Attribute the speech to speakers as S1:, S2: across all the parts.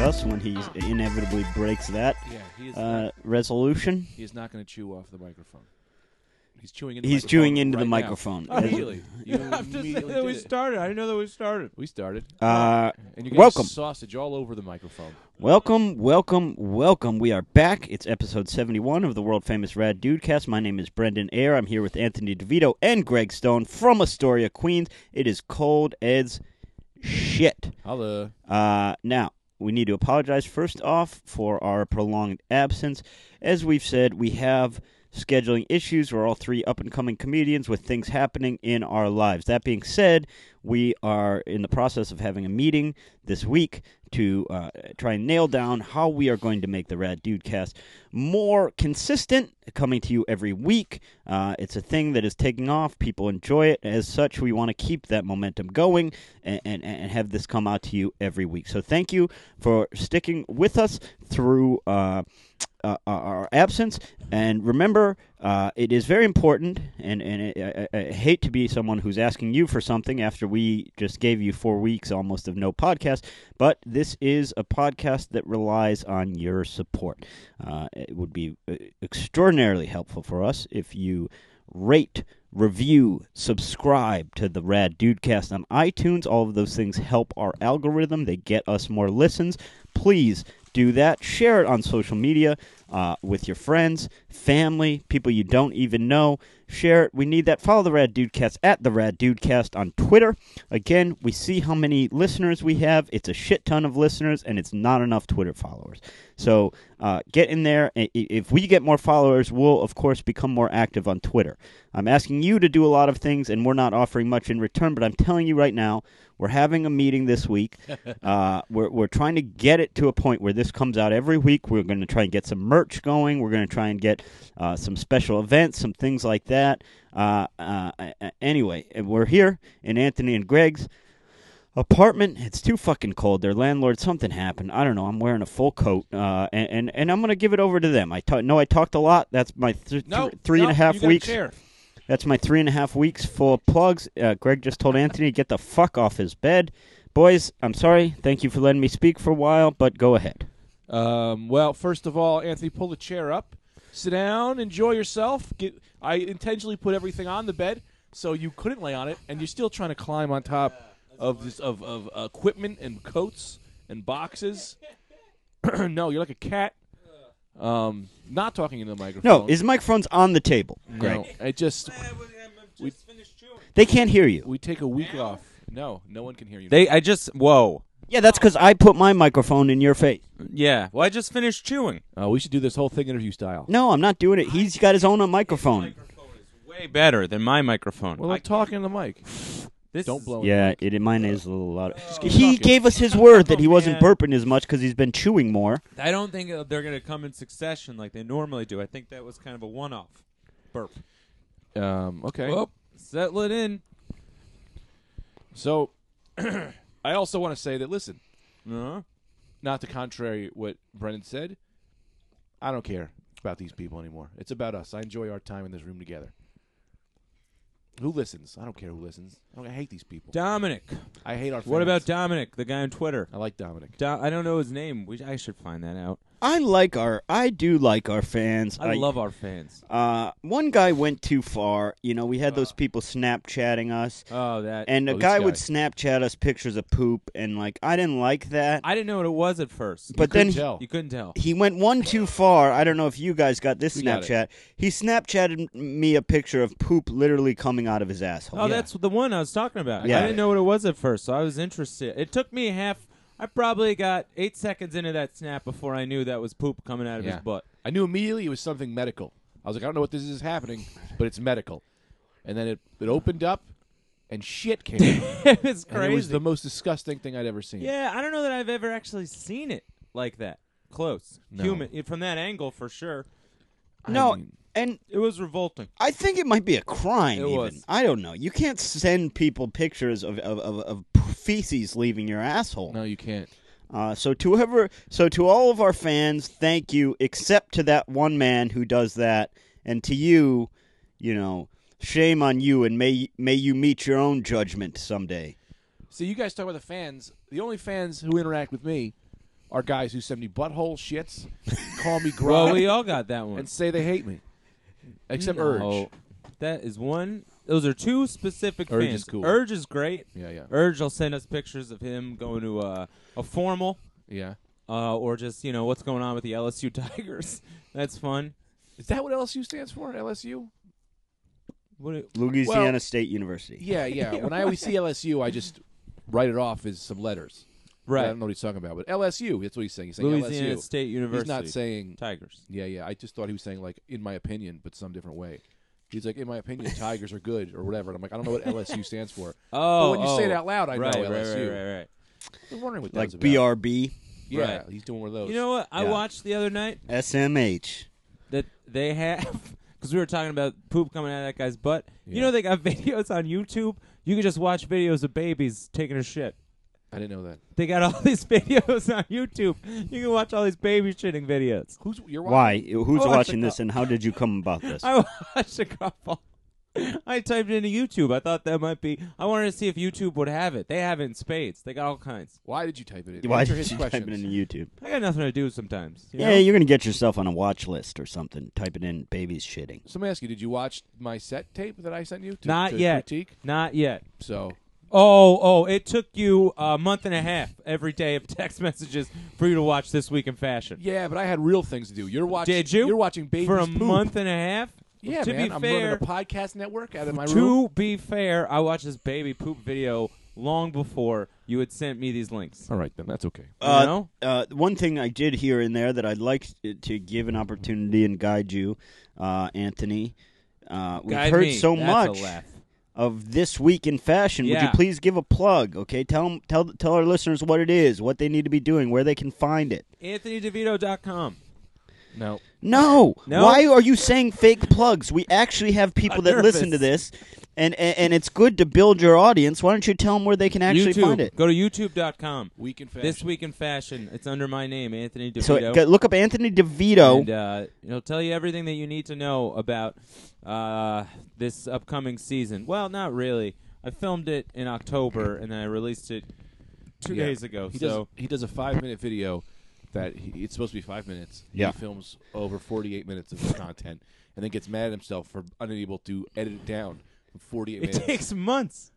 S1: us when he inevitably breaks that
S2: Yeah, he is.
S1: uh,
S2: not,
S1: resolution.
S2: he is not going to chew off the microphone. He's chewing into. The
S1: He's
S2: microphone
S1: chewing into
S2: right
S1: the
S2: now.
S1: microphone.
S2: Immediately, you immediately did
S3: we
S2: it.
S3: started. I didn't know that we started.
S2: We started.
S1: Uh,
S2: and you're
S1: welcome.
S2: sausage all over the microphone.
S1: Welcome, welcome, welcome. We are back. It's episode 71 of the world famous Rad Dudecast. My name is Brendan Ayer. I'm here with Anthony DeVito and Greg Stone from Astoria, Queens. It is cold as shit.
S2: Hello.
S1: Uh, now, we need to apologize first off for our prolonged absence. As we've said, we have scheduling issues. We're all three up and coming comedians with things happening in our lives. That being said, we are in the process of having a meeting this week to uh, try and nail down how we are going to make the Rad Dude cast more consistent, coming to you every week. Uh, it's a thing that is taking off. People enjoy it. As such, we want to keep that momentum going and, and, and have this come out to you every week. So thank you for sticking with us through uh, uh, our absence. And remember, uh, it is very important, and, and I, I, I hate to be someone who's asking you for something after we just gave you four weeks almost of no podcast, but this is a podcast that relies on your support. Uh, it would be uh, extraordinarily helpful for us if you rate, review, subscribe to the Rad Dudecast on iTunes. All of those things help our algorithm. They get us more listens. Please do that. Share it on social media uh, with your friends, family, people you don't even know. Share it. We need that. Follow the Rad Dudecast at the Rad Dudecast on Twitter. Again, we see how many listeners we have. It's a shit ton of listeners, and it's not enough Twitter followers. So uh, get in there. I- i- If we get more followers, we'll, of course, become more active on Twitter. I'm asking you to do a lot of things, and we're not offering much in return, but I'm telling you right now, we're having a meeting this week. uh, we're, we're trying to get it to a point where this comes out every week. We're going to try and get some merch going. We're going to try and get uh, some special events, some things like that. Uh, uh, a- a- anyway, and we're here in Anthony and Greg's apartment. It's too fucking cold. Their landlord, something happened. I don't know. I'm wearing a full coat, uh, and, and and I'm gonna give it over to them. I ta- know I talked a lot. That's my th-
S2: No,
S1: th- three and a half
S2: you got a
S1: weeks.
S2: chair.
S1: That's my three and a half weeks full of plugs. Uh, Greg just told Anthony to get the fuck off his bed. Boys, I'm sorry. Thank you for letting me speak for a while, but go ahead.
S2: Um, well, first of all, Anthony, pull the chair up, sit down, enjoy yourself. Get, I intentionally put everything on the bed so you couldn't lay on it, and you're still trying to climb on top of this of, of equipment and coats and boxes. no, you're like a cat. Um, not talking into the microphone.
S1: No, his microphone's on the table, Greg.
S2: no. I just We-
S1: They can't hear you.
S2: we take a week off. No, no one can hear you.
S3: They, I just, whoa.
S1: Yeah, that's because I put my microphone in your face.
S3: Yeah. Well, I just finished chewing.
S2: uh, we should do this whole thing interview style.
S1: No, I'm not doing it. He's got his own microphone.
S3: Way better than my microphone.
S2: Well,
S3: I-
S2: I'm talking in the mic.
S3: this
S2: Don't
S3: is-
S2: blow. it.
S1: Yeah, it, mine is a little louder.
S2: keep
S1: He
S2: talking.
S1: gave us his word that he
S3: Oh,
S1: wasn't
S3: man.
S1: burping as much because he's been chewing more.
S3: I don't think uh, they're going to come in succession like they normally do. I think that was kind of a one-off burp.
S2: Um, okay.
S3: Well, settle it in.
S2: So, I also want to say that listen,
S3: Uh-huh.
S2: not to contrary what Brennan said, I don't care about these people anymore. It's about us. I enjoy our time in this room together. Who listens? I don't care who listens. I, don't, I hate these people.
S3: Dominic.
S2: I hate our. Fans.
S3: What about Dominic, the guy on Twitter?
S2: I like Dominic.
S3: Do- I don't know his name. We, I should find that out.
S1: I like our, I do like our fans.
S3: I, love our fans.
S1: Uh, one guy went too far. You know, we had those people Snapchatting us,
S3: Oh, that.
S1: and a
S2: oh, this
S1: guy,
S2: guy.
S1: would Snapchat us pictures of poop, and like I didn't like that.
S3: I didn't know what it was at first.
S1: but then
S2: couldn't tell.
S3: you couldn't tell.
S1: he went one too far. I don't know if you guys got this
S2: We got it.
S1: Snapchat. He Snapchatted me a picture of poop literally coming out of his asshole.
S3: Oh, that's the one I was talking about.
S1: Yeah.
S3: I didn't know what it was at first, so I was interested. It took me half. I probably got eight seconds into that snap before I knew that was poop coming out of
S2: Yeah.
S3: his butt.
S2: I knew immediately it was something medical. I was like, I don't know what this is happening, but it's medical. And then it, it opened up, and shit came. out.
S3: it was
S2: And
S3: crazy.
S2: it was the most disgusting thing I'd ever seen.
S3: yeah, I don't know that I've ever actually seen it like that close,
S2: No.
S3: human from that angle for sure.
S1: no,
S2: I mean-
S1: and
S3: It was revolting.
S1: I think it might be a crime.
S3: It
S1: even
S3: was.
S1: I don't know. You can't send people pictures of of, of, of feces leaving your asshole.
S2: No, you can't.
S1: Uh, so to whoever, so to all of our fans, thank you. Except to that one man who does that, and to you, you know, shame on you, and may may you meet your own judgment someday.
S2: See, you guys talk about the fans. The only fans who interact with me are guys who send me butthole shits, call me grog,
S3: Well, we all got that one.
S2: and say they hate me. Except Urge.
S3: No. That is one. Those are two specific
S2: Urge
S3: fans.
S2: is cool.
S3: Urge is great.
S2: Yeah, yeah,
S3: Urge will send us pictures of him going to uh, a formal
S2: yeah.
S3: uh, or just, you know, what's going on with the LSU Tigers. That's fun.
S2: Is that what LSU stands for? LSU?
S3: What do-
S1: Louisiana
S2: Well-
S1: State University.
S2: Yeah, yeah. When I always see LSU, I just write it off as some letters. I
S3: right.
S2: don't know what he's talking about, but LSU. That's what he's saying. He's saying
S3: Louisiana
S2: LSU.
S3: State
S2: He's
S3: University.
S2: not saying.
S3: Tigers.
S2: Yeah, yeah. I just thought he was saying like, in my opinion, but some different way. He's like, in my opinion, Tigers are good or whatever. And I'm like, I don't know what LSU stands for.
S3: Oh,
S2: when you say it out loud, I know
S3: right,
S2: LSU.
S3: Right, right, right,
S2: I'm wondering what that
S1: Like
S2: was about.
S1: BRB,
S2: Yeah,
S3: Right.
S2: he's doing one of
S3: right.
S2: those.
S3: You know what? I
S1: Yeah.
S3: watched the other night
S1: SMH.
S3: that they have because we were talking about poop coming out of that guy's butt. You
S2: Yeah.
S3: know they got videos on YouTube. You can just watch videos of babies taking a shit.
S2: I didn't know that.
S3: They got all these videos on YouTube. You can watch all these baby shitting videes.
S2: Who's you're watching?
S1: Why? Who's
S3: Oh, I
S1: watching
S3: forgot.
S1: this, and how did you come about this?
S3: I watched a couple. I typed into YouTube. I thought that might be. I wanted to see if YouTube would have it. They have it in spades. They got all kinds.
S2: Why did you type it in?
S1: Why
S2: Answer
S1: did
S2: his
S1: you
S2: questions.
S1: type it into YouTube?
S3: I got nothing to do sometimes. you
S1: yeah,
S3: know?
S1: you're gonna get yourself on a watch list or something. Type it in babies shitting.
S2: So let me ask you: Did you watch my set tape that I sent you? To,
S3: Not
S2: to
S3: yet.
S2: Critique?
S3: Not yet.
S2: So
S3: Oh, oh! It took you a month and a half every day of text messages for you to watch this week in fashion.
S2: yeah, but I had real things to do. You're watching.
S3: Did you?
S2: You're watching babies
S3: for a
S2: poop.
S3: month and a half.
S2: Yeah,
S3: to
S2: man.
S3: be
S2: I'm
S3: fair,
S2: running a podcast network out of my room.
S3: to be fair, I watched this baby poop video long before you had sent me these links.
S2: All right, then that's okay.
S3: You know?
S1: uh, one thing I did hear in there that I'd like to give an opportunity and guide you, uh, Anthony. Uh, we've
S3: Guide
S1: heard
S3: me.
S1: so
S3: That's
S1: much
S3: A laugh.
S1: of this week in fashion. Would you
S3: Yeah.
S1: please give a plug? Okay, tell 'em- tell tell our listeners what it is, what they need to be doing, where they can find it.
S3: AnthonyDeVito.com.
S2: No,
S1: No.
S3: No?
S1: Why are you saying fake plugs? We actually have people
S3: I'm
S1: that listen to
S3: nervous.
S1: this, and, and and it's good to build your audience. Why don't you tell them where they can actually
S3: YouTube.
S1: find it?
S3: Go to YouTube.com.
S2: week in fashion.
S3: This week in fashion. It's under my name, Anthony DeVito.
S1: So go- look up Anthony DeVito.
S3: And uh, it'll tell you everything that you need to know about uh, this upcoming season. Well, not really. I filmed it in October and then I released it two
S2: Yeah.
S3: days ago.
S2: He
S3: so
S2: does. He does a five minute video that he, it's supposed to be five minutes.
S1: Yeah.
S2: He films over forty eight minutes of content and then gets mad at himself for unable to edit it down. from Forty eight
S3: it
S2: minutes.
S3: takes months.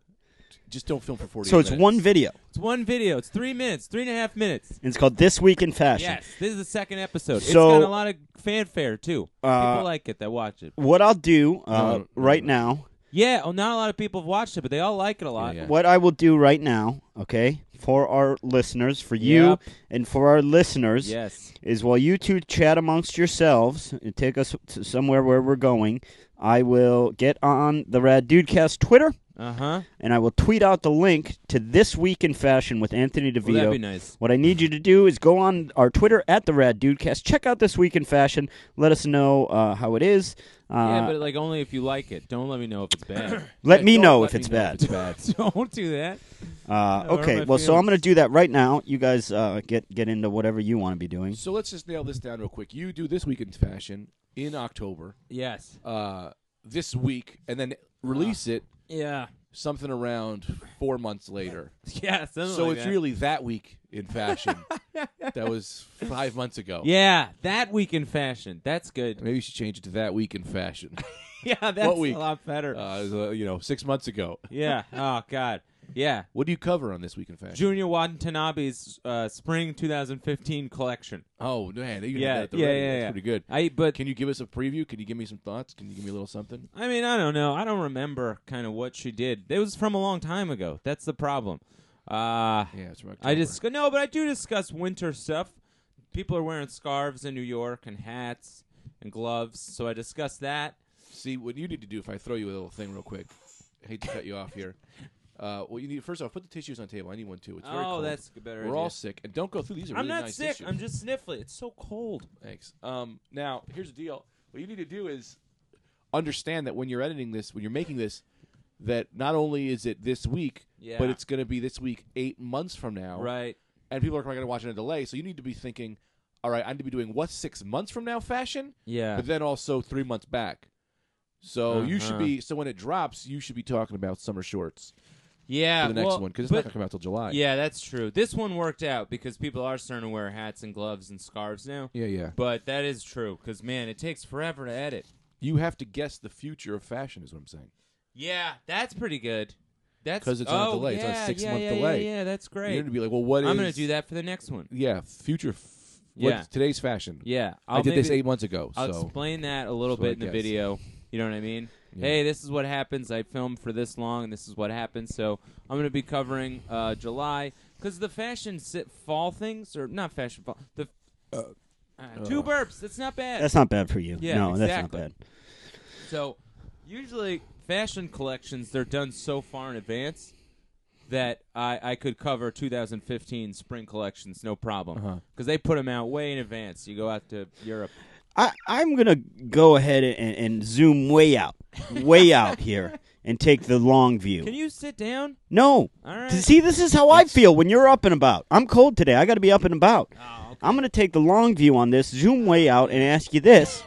S2: Just don't film for forty.
S1: So it's one video.
S3: It's one video. It's three minutes, three and a half minutes.
S1: And it's called This Week in Fashion.
S3: Yes, this is the second episode.
S1: So-
S3: it's got a lot of fanfare too.
S1: Uh,
S3: people like it that watch it.
S1: What I'll do uh,
S2: No,
S1: right now,
S3: Yeah, oh, not a lot of people have watched it, but they all like it a lot.
S2: Yeah, yeah.
S1: what I will do right now, okay, for our listeners, for you
S3: Yep.
S1: and for our listeners,
S3: Yes,
S1: is while you two chat amongst yourselves and take us to somewhere where we're going, I will get on the Rad Dudecast Twitter
S3: uh huh.
S1: and I will tweet out the link to This Week in Fashion with Anthony
S3: Well,
S1: DeVito.
S3: that'd be nice.
S1: What I need you to do is go on our Twitter at the Rad Dudecast. Check out This Week in Fashion. Let us know uh, how it is. Uh,
S3: yeah, but like only if you like it. Don't let me know if it's bad.
S1: let me
S2: don't
S1: know
S2: let
S1: if
S2: me
S1: it's
S2: know if
S1: bad.
S2: It's bad.
S3: Don't do that.
S1: Uh,
S3: Yeah,
S1: okay,
S3: hurt my
S1: well, so I'm
S3: feelings.
S1: going to do that right now. You guys uh, get get into whatever you want to be doing.
S2: So let's just nail this down real quick. You do this week in fashion in October,
S3: Yes.
S2: uh, this week, and then
S3: Ah.
S2: release it
S3: Yeah.
S2: something around four months later.
S3: Yeah. something
S2: So
S3: like
S2: it's
S3: that.
S2: really that week in fashion that was five months ago.
S3: Yeah, that week in fashion. That's good.
S2: Maybe you should change it to that week in fashion.
S3: Yeah, that's
S2: week?
S3: a lot better.
S2: Uh, it was, uh, you know, six months ago.
S3: yeah. Oh God. Yeah.
S2: What do you cover on this week in fashion?
S3: Junior Watanabe's uh, spring 2015 collection.
S2: Oh man, you
S3: Yeah,
S2: yeah, that at the
S3: yeah,
S2: ready.
S3: yeah,
S2: That's
S3: yeah.
S2: pretty good.
S3: I but
S2: Can you give us a preview? Can you give me some thoughts? Can you give me a little something?
S3: I mean I don't know. I don't remember kind of what she did. It was from a long time ago. That's the problem. Uh
S2: Yeah, it's from October.
S3: I just no, but I do discuss winter stuff. People are wearing scarves in New York and hats and gloves, so I discuss that.
S2: See what you need to do. If I throw you a little thing real quick, I hate to cut you off here. Uh, well, you need first off, put the tissues on the table. I need one too. It's very
S3: oh,
S2: cold.
S3: that's a better.
S2: we're
S3: idea.
S2: all sick, and don't go through these. Are
S3: I'm
S2: really
S3: not
S2: nice
S3: sick.
S2: tissues.
S3: I'm just sniffly. It's so cold.
S2: Thanks. Um, now here's the deal. What you need to do is understand that when you're editing this, when you're making this, that not only is it this week,
S3: Yeah.
S2: but it's going to be this week eight months from now,
S3: Right.
S2: and people are going to watch it in a delay. So you need to be thinking, all right, I need to be doing what six months from now fashion,
S3: Yeah.
S2: but then also three months back. So you should
S3: Uh-huh.
S2: be so when it drops, you should be talking about summer shorts.
S3: Yeah,
S2: for the next
S3: well,
S2: one because it's
S3: but-
S2: not gonna come out till July.
S3: Yeah, that's true. This one worked out because people are starting to wear hats and gloves and scarves now.
S2: yeah, yeah.
S3: But that is true because man, it takes forever to edit.
S2: You have to guess the future of fashion, is what I'm saying.
S3: Yeah, that's pretty good. That's
S2: 'Cause it's on a
S3: oh,
S2: delay.
S3: Yeah,
S2: It's on a six-month
S3: yeah, yeah,
S2: delay.
S3: Yeah, yeah, that's
S2: You're
S3: great.
S2: gonna be like, well, what
S3: I'm
S2: is-
S3: gonna do that for the next one.
S2: Yeah, future. F-
S3: Yeah.
S2: What's today's fashion?
S3: Yeah,
S2: i
S3: I'll
S2: did this
S3: maybe-
S2: eight months ago.
S3: I'll
S2: so
S3: explain that a little
S2: that's what I
S3: bit in the
S2: guess.
S3: video. You know what I mean?
S2: Yeah.
S3: Hey, this is what happens. I filmed for this long, and this is what happens. So I'm going to be covering uh, July because the fashion si- fall things, or not fashion fall. The uh, two burps. That's not bad.
S1: That's not bad for you.
S3: Yeah,
S1: no,
S3: exactly.
S1: that's not bad.
S3: So usually fashion collections they're done so far in advance that I, I could cover 2015 spring collections no problem because
S2: Uh-huh.
S3: they put them out way in advance. You go out to Europe.
S1: I, I'm gonna go ahead and, and zoom way out, way out here, and take the long view.
S3: Can you sit down?
S1: no,
S3: All right.
S1: see, this is how I feel when you're up and about. I'm cold today. I got to be up and about.
S3: Oh, okay.
S1: I'm gonna take the long view on this, zoom way out, and ask you this: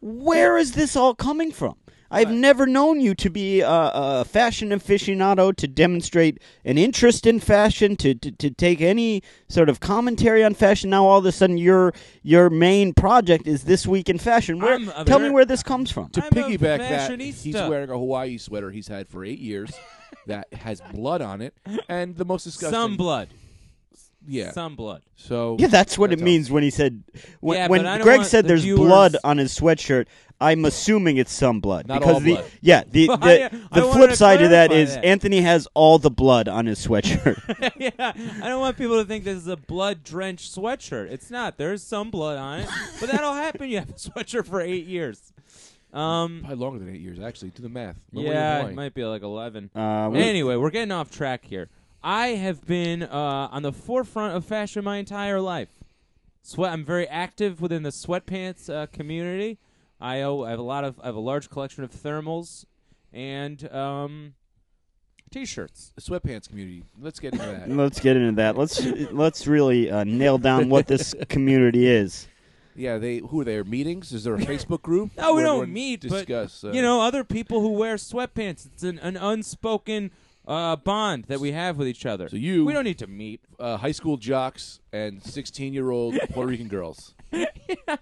S1: Where is this all coming from? I've never known you to be a, a fashion aficionado to demonstrate an interest in fashion, to, to to take any sort of commentary on fashion. Now all of a sudden, your your main project is this week in fashion. Where,
S3: I'm a
S1: tell me
S3: very-
S1: where this comes from.
S2: to
S3: I'm a
S2: piggyback that,
S3: fashionista.
S2: he's wearing a Hawaii sweater he's had for eight years that has blood on it, and the most disgusting.
S3: Some blood.
S2: yeah.
S3: Some blood.
S2: so
S1: Yeah, that's what
S2: That's
S1: it
S2: all.
S1: means when he said when,
S3: Yeah,
S1: when
S3: but I don't
S1: Greg
S3: want
S1: said
S3: the
S1: there's
S3: viewers-
S1: blood on his sweatshirt. I'm assuming it's some blood
S2: Not
S1: because
S2: all
S1: the
S2: blood.
S1: yeah the
S3: Well, I-
S1: the,
S3: I
S1: the
S3: wanted
S1: flip
S3: to
S1: side of that
S3: clarify
S1: is
S3: that.
S1: Anthony has all the blood on his sweatshirt.
S3: yeah, I don't want people to think this is a blood drenched sweatshirt. It's not. There's some blood on it, but that'll happen. You have a sweatshirt for eight years. Um,
S2: probably longer than eight years actually. Do the math. Remember when you were
S3: yeah, it
S2: playing.
S3: might be like eleven.
S1: uh, we-
S3: Anyway, we're getting off track here. I have been uh, on the forefront of fashion my entire life. Sweat. I'm very active within the sweatpants uh, community. I, owe, I have a lot of. I have a large collection of thermals and um, t-shirts.
S2: The sweatpants community. Let's get into that.
S1: let's get into that. Let's let's really uh, nail down what this community is.
S2: yeah, they who are there? Meetings? Is there a Facebook group?
S3: No, we
S2: where
S3: don't
S2: everyone
S3: meet, but,
S2: Discuss. uh,
S3: you know, other people who wear sweatpants. It's an, an unspoken uh, bond that we have with each other.
S2: So you-
S3: we don't need to meet.
S2: uh, high school jocks and sixteen-year-old Puerto Rican girls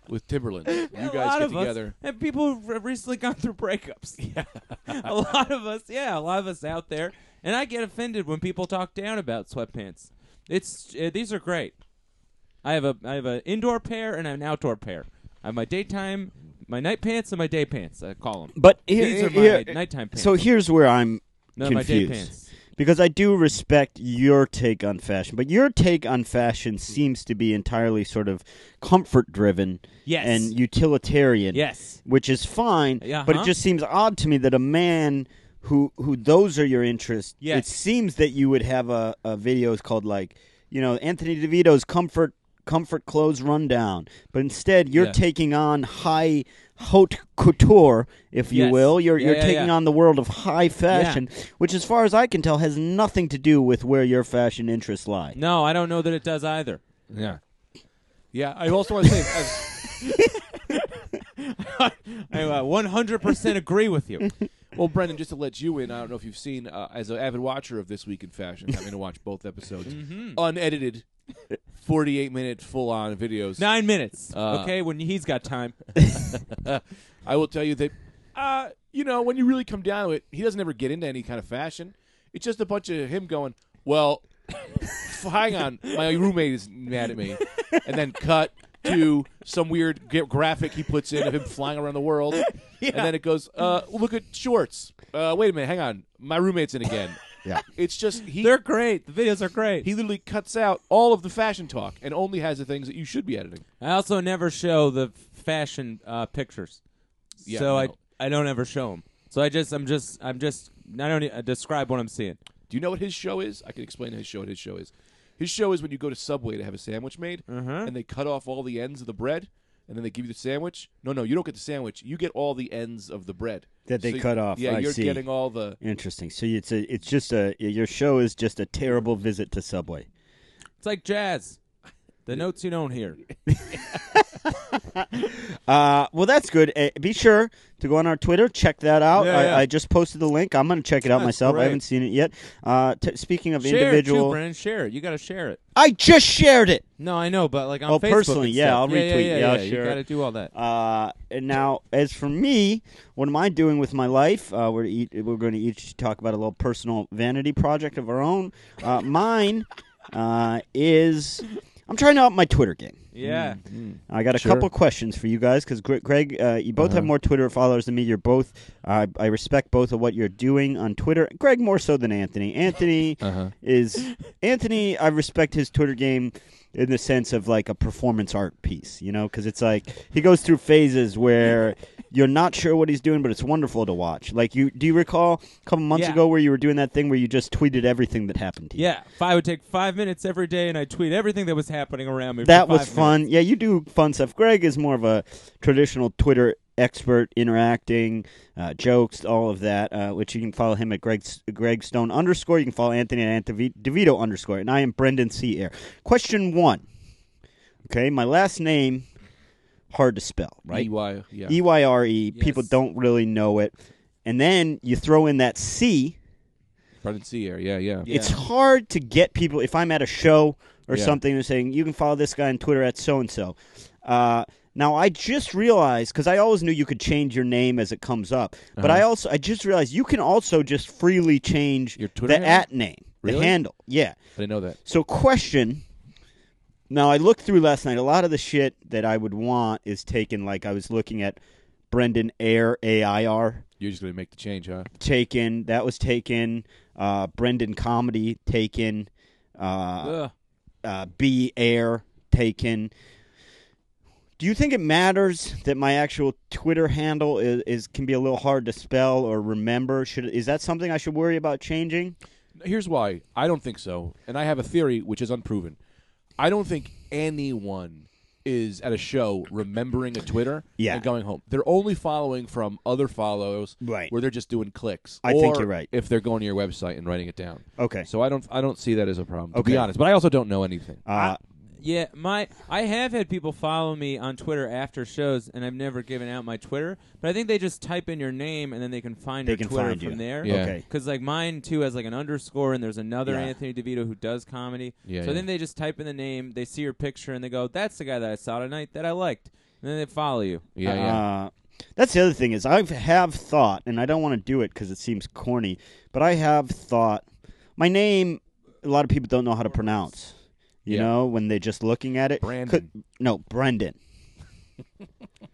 S2: with Timberlands. You
S3: a
S2: guys
S3: lot
S2: get
S3: of us
S2: together.
S3: and people who've re- recently gone through breakups. Yeah, a lot of us. Yeah, a lot of us out there. And I get offended when people talk down about sweatpants. It's uh, these are great. I have a I have an indoor pair and an outdoor pair. I have my daytime, my night pants, and my day pants. I call them.
S1: But here,
S3: these are my
S1: here-
S3: nighttime pants.
S1: so here's where I'm
S3: no, my day
S1: confused.
S3: pants.
S1: because I do respect your take on fashion, but your take on fashion seems to be entirely sort of comfort driven
S3: Yes.
S1: and utilitarian.
S3: Yes.
S1: Which is fine,
S3: Yeah,
S1: but it
S3: huh?
S1: just seems odd to me that a man who who those are your interests.
S3: Yes.
S1: It seems that you would have a, a videos called like, you know, Anthony DeVito's comfort comfort clothes rundown. But instead you're
S3: Yeah.
S1: taking on high haute couture, if you
S3: Yes.
S1: will. You're
S3: Yeah,
S1: you're
S3: yeah,
S1: taking
S3: yeah.
S1: on the world of high fashion, which, as far as I can tell, has nothing to do with where your fashion interests lie.
S3: No, I don't know that it does either.
S2: Yeah. Yeah, I also want to say as-
S3: I uh, 100% agree with you.
S2: well, Brendan, just to let you in, I don't know if you've seen uh, as an avid watcher of This Week in Fashion, having to watch both episodes, unedited, forty-eight minute full-on videos.
S3: Nine minutes.
S2: Uh,
S3: okay, when he's got time.
S2: I will tell you that, uh, you know, when you really come down to it, he doesn't ever get into any kind of fashion. It's just a bunch of him going, "Well, f- hang on, my roommate is mad at me," and then cut to some weird g- graphic he puts in of him flying around the world, and then it goes, uh, "Look at shorts." Uh, wait a minute, hang on, my roommate's in again.
S1: Yeah.
S2: It's just he
S3: They're great. The videos are great.
S2: he literally cuts out all of the fashion talk and only has the things that you should be editing.
S3: I also never show the fashion uh, pictures,
S2: Yeah,
S3: so I
S2: no.
S3: I don't ever show them. So I just I'm just I'm just I don't e- I describe what I'm seeing.
S2: Do you know what his show is? I can explain his show. What his show is. His show is when you go to Subway to have a sandwich made,
S1: Mm-hmm.
S2: and they cut off all the ends of the bread, and then they give you the sandwich. No, no, you don't get the sandwich. You get all the ends of the bread
S1: That they
S2: So you-
S1: cut off.
S2: Yeah,
S1: I
S2: you're
S1: see.
S2: getting all the.
S1: Interesting. So it's a, it's just a your show is just a terrible visit to Subway.
S3: It's like jazz, the notes you don't hear.
S1: Uh, well, that's good. Uh, be sure to go on our Twitter, check that out.
S2: Yeah,
S1: I,
S2: yeah.
S1: I just posted the link. I'm going to check it out
S2: That's
S1: myself. I
S2: great.
S1: haven't seen it yet. Uh, t- speaking of
S3: Share it too,
S1: individual,
S3: Brandon. Share it. You got to share it.
S1: I just shared it.
S3: No, I know, but like on
S1: Oh,
S3: Facebook.
S1: personally,
S3: and
S1: yeah,
S3: stuff.
S1: I'll
S3: Yeah,
S1: retweet.
S3: yeah,
S1: Yeah, I'll
S3: You
S1: share
S3: got to
S1: it.
S3: do all that.
S1: Uh, and now, as for me, what am I doing with my life? Uh, we're eat, we're going to each talk about a little personal vanity project of our own. Uh, mine uh, is I'm trying to up my Twitter game.
S3: Yeah.
S1: I got a
S2: Sure.
S1: couple questions for you guys because Greg, uh, you both have more Twitter followers than me. You're both. I I respect both of what you're doing on Twitter. Greg more so than Anthony. Anthony is Anthony. I respect his Twitter game in the sense of like a performance art piece, you know, because it's like he goes through phases where you're not sure what he's doing, but it's wonderful to watch. Like you, do you recall a couple months
S3: Yeah.
S1: ago where you were doing that thing where you just tweeted everything that happened to you?
S3: Yeah. If I would take five minutes every day and I tweet everything that was happening around me. for
S1: That was
S3: five
S1: fun.
S3: minutes.
S1: Yeah, you do fun stuff. Greg is more of a traditional Twitter expert, interacting, uh, jokes, all of that. Uh, which you can follow him at Greg Greg Stone underscore. You can follow Anthony at Anthony DeVito underscore. And I am Brendan C. Air. Question one. Okay, my last name hard to spell, right?
S2: EY, yeah.
S1: E Y R E. People
S3: Yes.
S1: don't really know it. And then you throw in that C.
S2: Brendan Sear, yeah, yeah.
S1: It's hard to get people if I'm at a show or
S2: Yeah.
S1: something and saying you can follow this guy on Twitter at so and so. Now I just realized because I always knew you could change your name as it comes up, but I also I just realized you can also just freely change
S2: Uh-huh. Your Twitter
S1: the
S2: handle?
S1: at name, the
S2: Really?
S1: handle. Yeah.
S2: I didn't know that.
S1: So question. Now I looked through last night. A lot of the shit that I would want is taken. Like I was looking at Brendan Air A I R
S2: You're just gonna make the change, huh?
S1: taken. That was taken. Uh, Brendan comedy taken. Uh,
S2: Ugh.
S1: uh, B air taken. Do you think it matters that my actual Twitter handle is, is can be a little hard to spell or remember? Should is that something I should worry about changing?
S2: Here's why I don't think so, and I have a theory which is unproven. I don't think anyone is at a show remembering a Twitter
S1: Yeah.
S2: and going home. They're only following from other follows,
S1: Right.
S2: Where they're just doing clicks.
S1: I think
S2: or
S1: you're right.
S2: If they're going to your website and writing it down,
S1: Okay.
S2: So I don't, I don't see that as a problem. To
S1: Okay.
S2: be honest, but I also don't know anything.
S1: Uh,
S3: Yeah, my I have had people follow me on Twitter after shows, and I've never given out my Twitter. But I think they just type in your name, and then they can find
S1: They
S3: your
S1: can
S3: Twitter
S1: find
S3: from
S1: you.
S3: there.
S2: Yeah.
S1: Okay.
S3: Because like mine too has like an underscore, and there's another
S1: Yeah.
S3: Anthony DeVito who does comedy.
S2: Yeah,
S3: so
S2: yeah.
S3: then they just type in the name, they see your picture, and they go, "That's the guy that I saw tonight that I liked." And then they follow you.
S2: yeah, yeah.
S1: Uh, that's the other thing is I have thought, and I don't want to do it because it seems corny, but I have thought my name. A lot of people don't know how to pronounce. You
S2: Yeah.
S1: know when they're just looking at it.
S2: Brandon.
S1: Could- no, Brendan.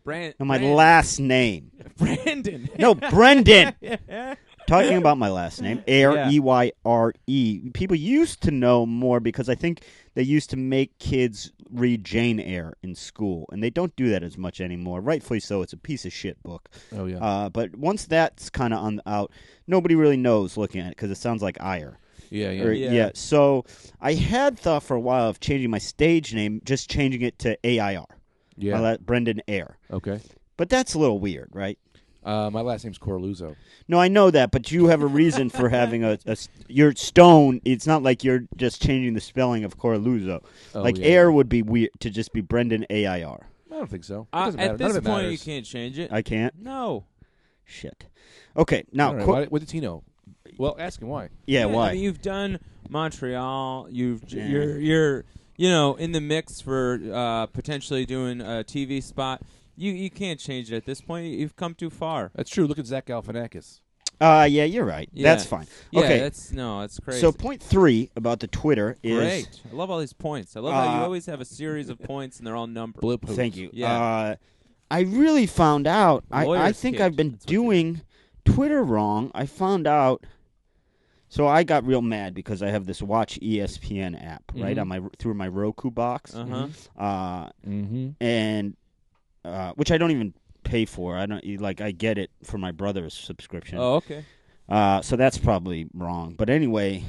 S3: Brand-
S1: No, my
S3: Brand-
S1: last name.
S3: Brandon.
S1: No, Brendan.
S3: yeah.
S1: Talking about my last name, Air
S3: Yeah.
S1: E Y R E. People used to know more because I think they used to make kids read Jane Eyre in school, and they don't do that as much anymore. Rightfully so; it's a piece of shit book.
S2: oh yeah.
S1: Uh, but once that's kind of on out, nobody really knows looking at it because it sounds like ire.
S2: yeah, yeah,
S1: Or-
S3: Yeah.
S1: So I had thought for a while of changing my stage name, just changing it to AIR,
S2: yeah.
S1: my la- Brendan Air.
S2: okay.
S1: But that's a little weird, right?
S2: Uh, my last name's Corluzzo.
S1: No, I know that, but you have a reason for having a, a your stone. It's not like you're just changing the spelling of Corluzzo.
S2: Oh,
S1: like
S2: yeah,
S1: air
S2: yeah.
S1: would be weird to just be Brendan A I R.
S2: I don't think so. It
S3: Uh,
S2: doesn't matter.
S3: at
S2: None
S3: this
S2: of it
S3: point, you
S2: matters.
S3: can't change it.
S1: I can't.
S3: no.
S1: Shit. Okay,
S2: I
S1: now
S2: don't know.
S1: qu-
S2: Why- what did he know? Well, ask him why.
S1: yeah, why?
S3: I mean, you've done Montreal. You've j-
S1: Yeah.
S3: you're you're you know in the mix for uh, potentially doing a TV spot. You you can't change it at this point. You've come too far.
S2: That's true. Look at Zach Galifianakis.
S1: uh, yeah, you're right.
S3: Yeah.
S1: That's fine.
S3: Yeah,
S1: okay.
S3: that's no, that's crazy.
S1: so point three about the Twitter is
S3: great. I love all these points. I love how
S1: Uh,
S3: you always have a series of points and they're all numbered.
S2: Blip. hoops.
S1: Thank you.
S3: Yeah.
S1: Uh, I really found out. I, I
S3: Lawyer's
S1: think
S3: kid.
S1: I've been
S3: That's what you-
S1: doing Twitter wrong. I found out. So I got real mad because I have this Watch E ESPN app right
S3: Mm-hmm.
S2: Mhm.
S1: on my through my Roku box,
S3: Uh huh.
S1: uh,
S2: Mm-hmm.
S1: and uh, which I don't even pay for. I don't like I get it for my brother's subscription.
S3: Oh, okay.
S1: Uh, so that's probably wrong. But anyway,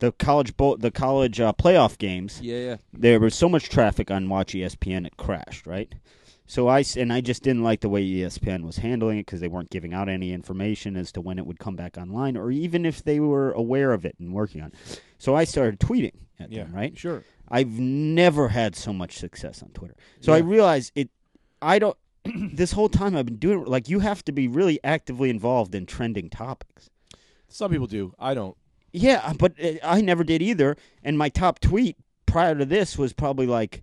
S1: the college bo- the college uh, playoff games
S3: Yeah, yeah.
S1: there was so much traffic on Watch E ESPN it crashed, right? So I s- and I just didn't like the way E ESPN was handling it because they weren't giving out any information as to when it would come back online, or even if they were aware of it and working on it. So I started tweeting at
S2: Yeah.
S1: them, right?
S2: Sure.
S1: I've never had so much success on Twitter. So I
S2: Yeah.
S1: realized it I don't. this whole time I've been doing like you have to be really actively involved in trending topics.
S2: Some people do. I don't.
S1: Yeah, but uh, I never did either. And my top tweet prior to this was probably like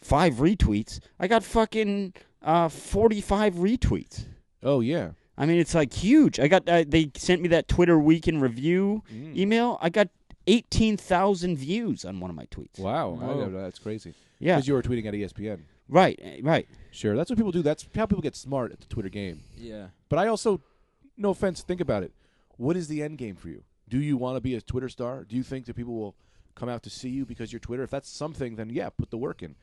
S1: five retweets. I got fucking uh, forty-five retweets.
S2: Oh yeah.
S1: I mean, it's like huge. I got uh, they sent me that Twitter Week in Review
S2: Hmm.
S1: email. I got eighteen thousand views on one of my tweets.
S2: Wow. I
S3: Whoa.
S2: know, that's crazy.
S1: Yeah.
S2: Because you were tweeting at E ESPN.
S1: Right, eh, right.
S2: Sure. That's what people do. That's how people get smart at the Twitter game.
S3: Yeah.
S2: But I also, no offense, think about it. What is the end game for you? Do you want to be a Twitter star? Do you think that people will come out to see you because you're Twitter? If that's something, then yeah, put the work in.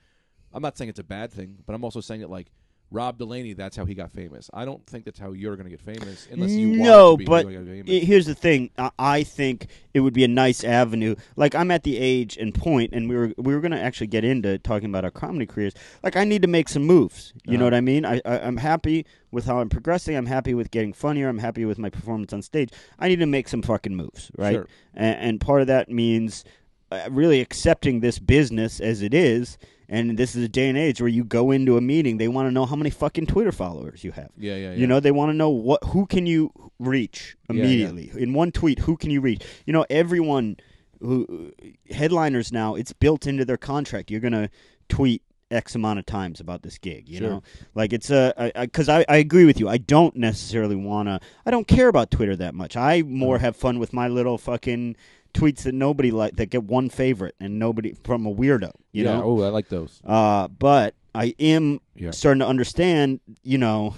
S2: I'm not saying it's a bad thing, but I'm also saying that like Rob Delaney, that's how he got famous. I don't think that's how you're going to get famous unless you
S1: no,
S2: want to be
S1: but
S2: really famous.
S1: i- here's the thing. I, I think it would be a nice avenue. Like I'm at the age and point, and we were we were gonna actually get into talking about our comedy careers. Like I need to make some moves. You
S2: Uh-huh.
S1: know what I mean? I, I I'm happy with how I'm progressing. I'm happy with getting funnier. I'm happy with my performance on stage. I need to make some fucking moves, right?
S2: Sure.
S1: A- And, part of that means uh, really accepting this business as it is. And this is a day and age where you go into a meeting, they want to know how many fucking Twitter followers you have.
S2: Yeah, yeah, yeah.
S1: You know, they want to know what who can you reach
S2: yeah.
S1: immediately in one tweet. Who can you reach? You know, everyone who headliners now, it's built into their contract. You're gonna tweet x amount of times about this gig. You
S2: Sure.
S1: know, like it's a because I, I, agree with you. I don't necessarily wanna. I don't care about Twitter that much. I
S2: Oh.
S1: more have fun with my little fucking tweets that nobody like that get one favorite and nobody from a weirdo. You
S2: yeah.
S1: know,
S2: Oh, I like those.
S1: uh, but I am
S2: Yeah.
S1: starting to understand, you know,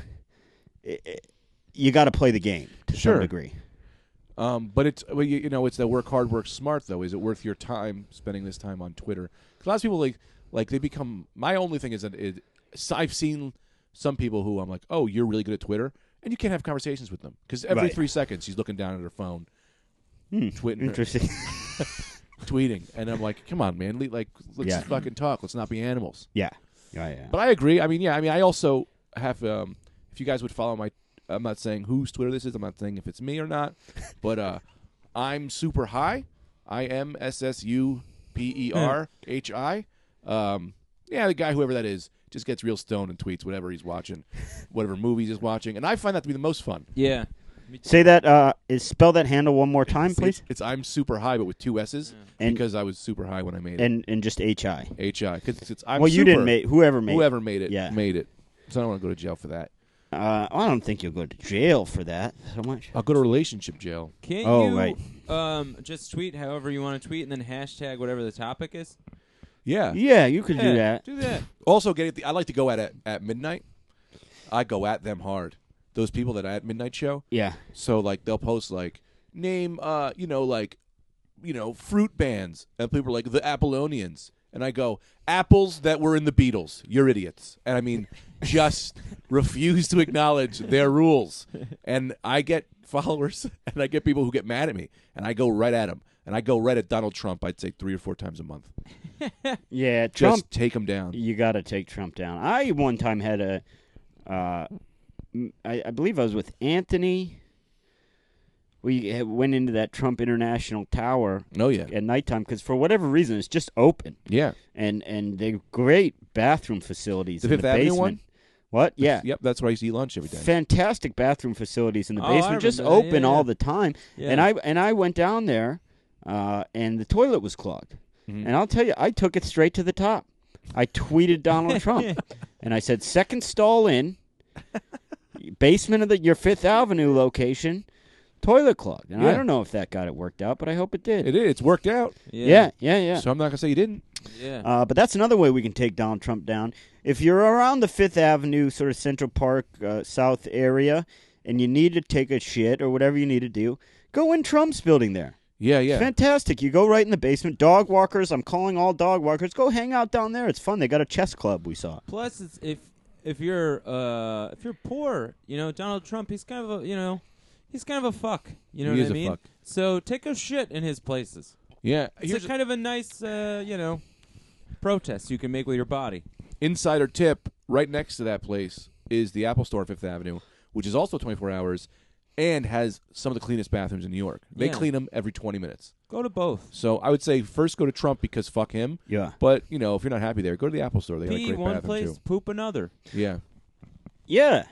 S1: i i you got to play the game to
S2: Sure.
S1: some degree.
S2: Um, but it's well, you, you know it's that work hard, work smart though. Is it worth your time spending this time on Twitter? 'Cause a lot of people like like they become. My only thing is that it, so I've seen some people who I'm like, oh, you're really good at Twitter, and you can't have conversations with them because every
S1: Right. Hmm.
S2: three seconds she's looking down at her phone, tweeting,
S1: Interesting.
S2: tweeting, and I'm like, come on, man, le- like let's
S1: Yeah.
S2: fucking talk. Let's not be animals.
S1: yeah. Yeah, yeah.
S2: But I agree. I mean, yeah. I mean, I also have. Um, if you guys would follow my, I'm not saying whose Twitter this is. I'm not saying if it's me or not. But uh, I'm super high. I am S S U P E R H I. Um, yeah, the guy, whoever that is, just gets real stoned and tweets whatever he's watching, whatever movies he's watching, and I find that to be the most fun.
S3: Yeah.
S1: Say that, uh, is spell that handle one more time, please.
S2: It's, it's I'm super high, but with two S's
S1: And-
S2: because I was super high when I made it.
S1: And and just HI.
S2: H I because it's, it's I'm
S1: well, you
S2: super-
S1: didn't make, whoever made
S2: whoever made it
S1: Yeah.
S2: made it. So I don't want to go to jail for that.
S1: it. Uh, I don't think you'll go to jail for that so much.
S2: I'll go to relationship jail.
S3: Can't
S1: Oh,
S3: you
S1: right.
S3: um, just tweet however you want to tweet and then hashtag whatever the topic is?
S2: Yeah.
S1: Yeah, you could
S3: Yeah,
S1: do that.
S3: Do that.
S2: Also, get it. I like to go at at, at midnight. I go at them hard. Those people that are at midnight show.
S1: Yeah.
S2: So like they'll post like name uh you know like you know fruit bands and people are like the Apollonians and I go apples that were in the Beatles. You're idiots. And I mean just refuse to acknowledge their rules. And I get followers and I get people who get mad at me and I go right at them. And I go right at Donald Trump. I'd say three or four times a month.
S1: Yeah,
S2: Just
S1: Trump
S2: take him down.
S1: you got to take Trump down. I one time had a, uh, m- I, I believe I was with Anthony. We had- went into that Trump International Tower
S2: No, Oh, yeah,
S1: at nighttime because for whatever reason it's just open
S2: yeah.
S1: and and they're great bathroom facilities
S2: The
S1: in
S2: Fifth
S1: the
S2: Avenue
S1: basement.
S2: one?
S1: What? Yeah.
S2: Yep, that's where I used to eat lunch every day.
S1: Fantastic bathroom facilities in the
S3: Oh, I
S1: basement, just
S3: remember that.
S1: open
S3: Yeah,
S1: all
S3: yeah.
S1: the time.
S3: Yeah.
S1: And I and I went down there, uh, and the toilet was clogged.
S3: Mm-hmm.
S1: And I'll tell you, I took it straight to the top. I tweeted Donald Trump, and I said, second stall in, basement of the your Fifth Avenue location, toilet clogged." And I
S2: Yeah.
S1: don't know if that got it worked out, but I hope it did.
S2: It is. It's worked out.
S1: yeah, yeah, yeah.
S2: So I'm not gonna say you didn't.
S3: Yeah.
S1: Uh, but that's another way we can take Donald Trump down. If you're around the Fifth Avenue, sort of Central Park uh, South area, and you need to take a shit or whatever you need to do, go in Trump's building there.
S2: Yeah, yeah.
S1: Fantastic. You go right in the basement. Dog walkers, I'm calling all dog walkers. Go hang out down there. It's fun. They got a chess club we saw.
S3: Plus, it's if if you're uh, if you're poor, you know Donald Trump, he's kind of a you know he's kind of a fuck. You know
S2: He
S3: what
S2: is
S3: I
S2: a
S3: mean?
S2: fuck.
S3: So take a shit in his places.
S2: yeah.
S3: It's
S2: Here's
S3: a kind of a nice uh, you know protest you can make with your body.
S2: insider tip. Right next to that place is the Apple Store on Fifth Avenue, which is also 24 hours, and has some of the cleanest bathrooms in New York. They
S3: Yeah.
S2: clean them every 20 minutes.
S3: Go to both.
S2: So I would say first go to Trump because fuck him.
S1: Yeah.
S2: But you know, if you're not happy there, go to the Apple Store. They got a
S3: Pee
S2: great
S3: one
S2: bathroom
S3: place, poop another.
S2: too. Yeah.
S1: Yeah.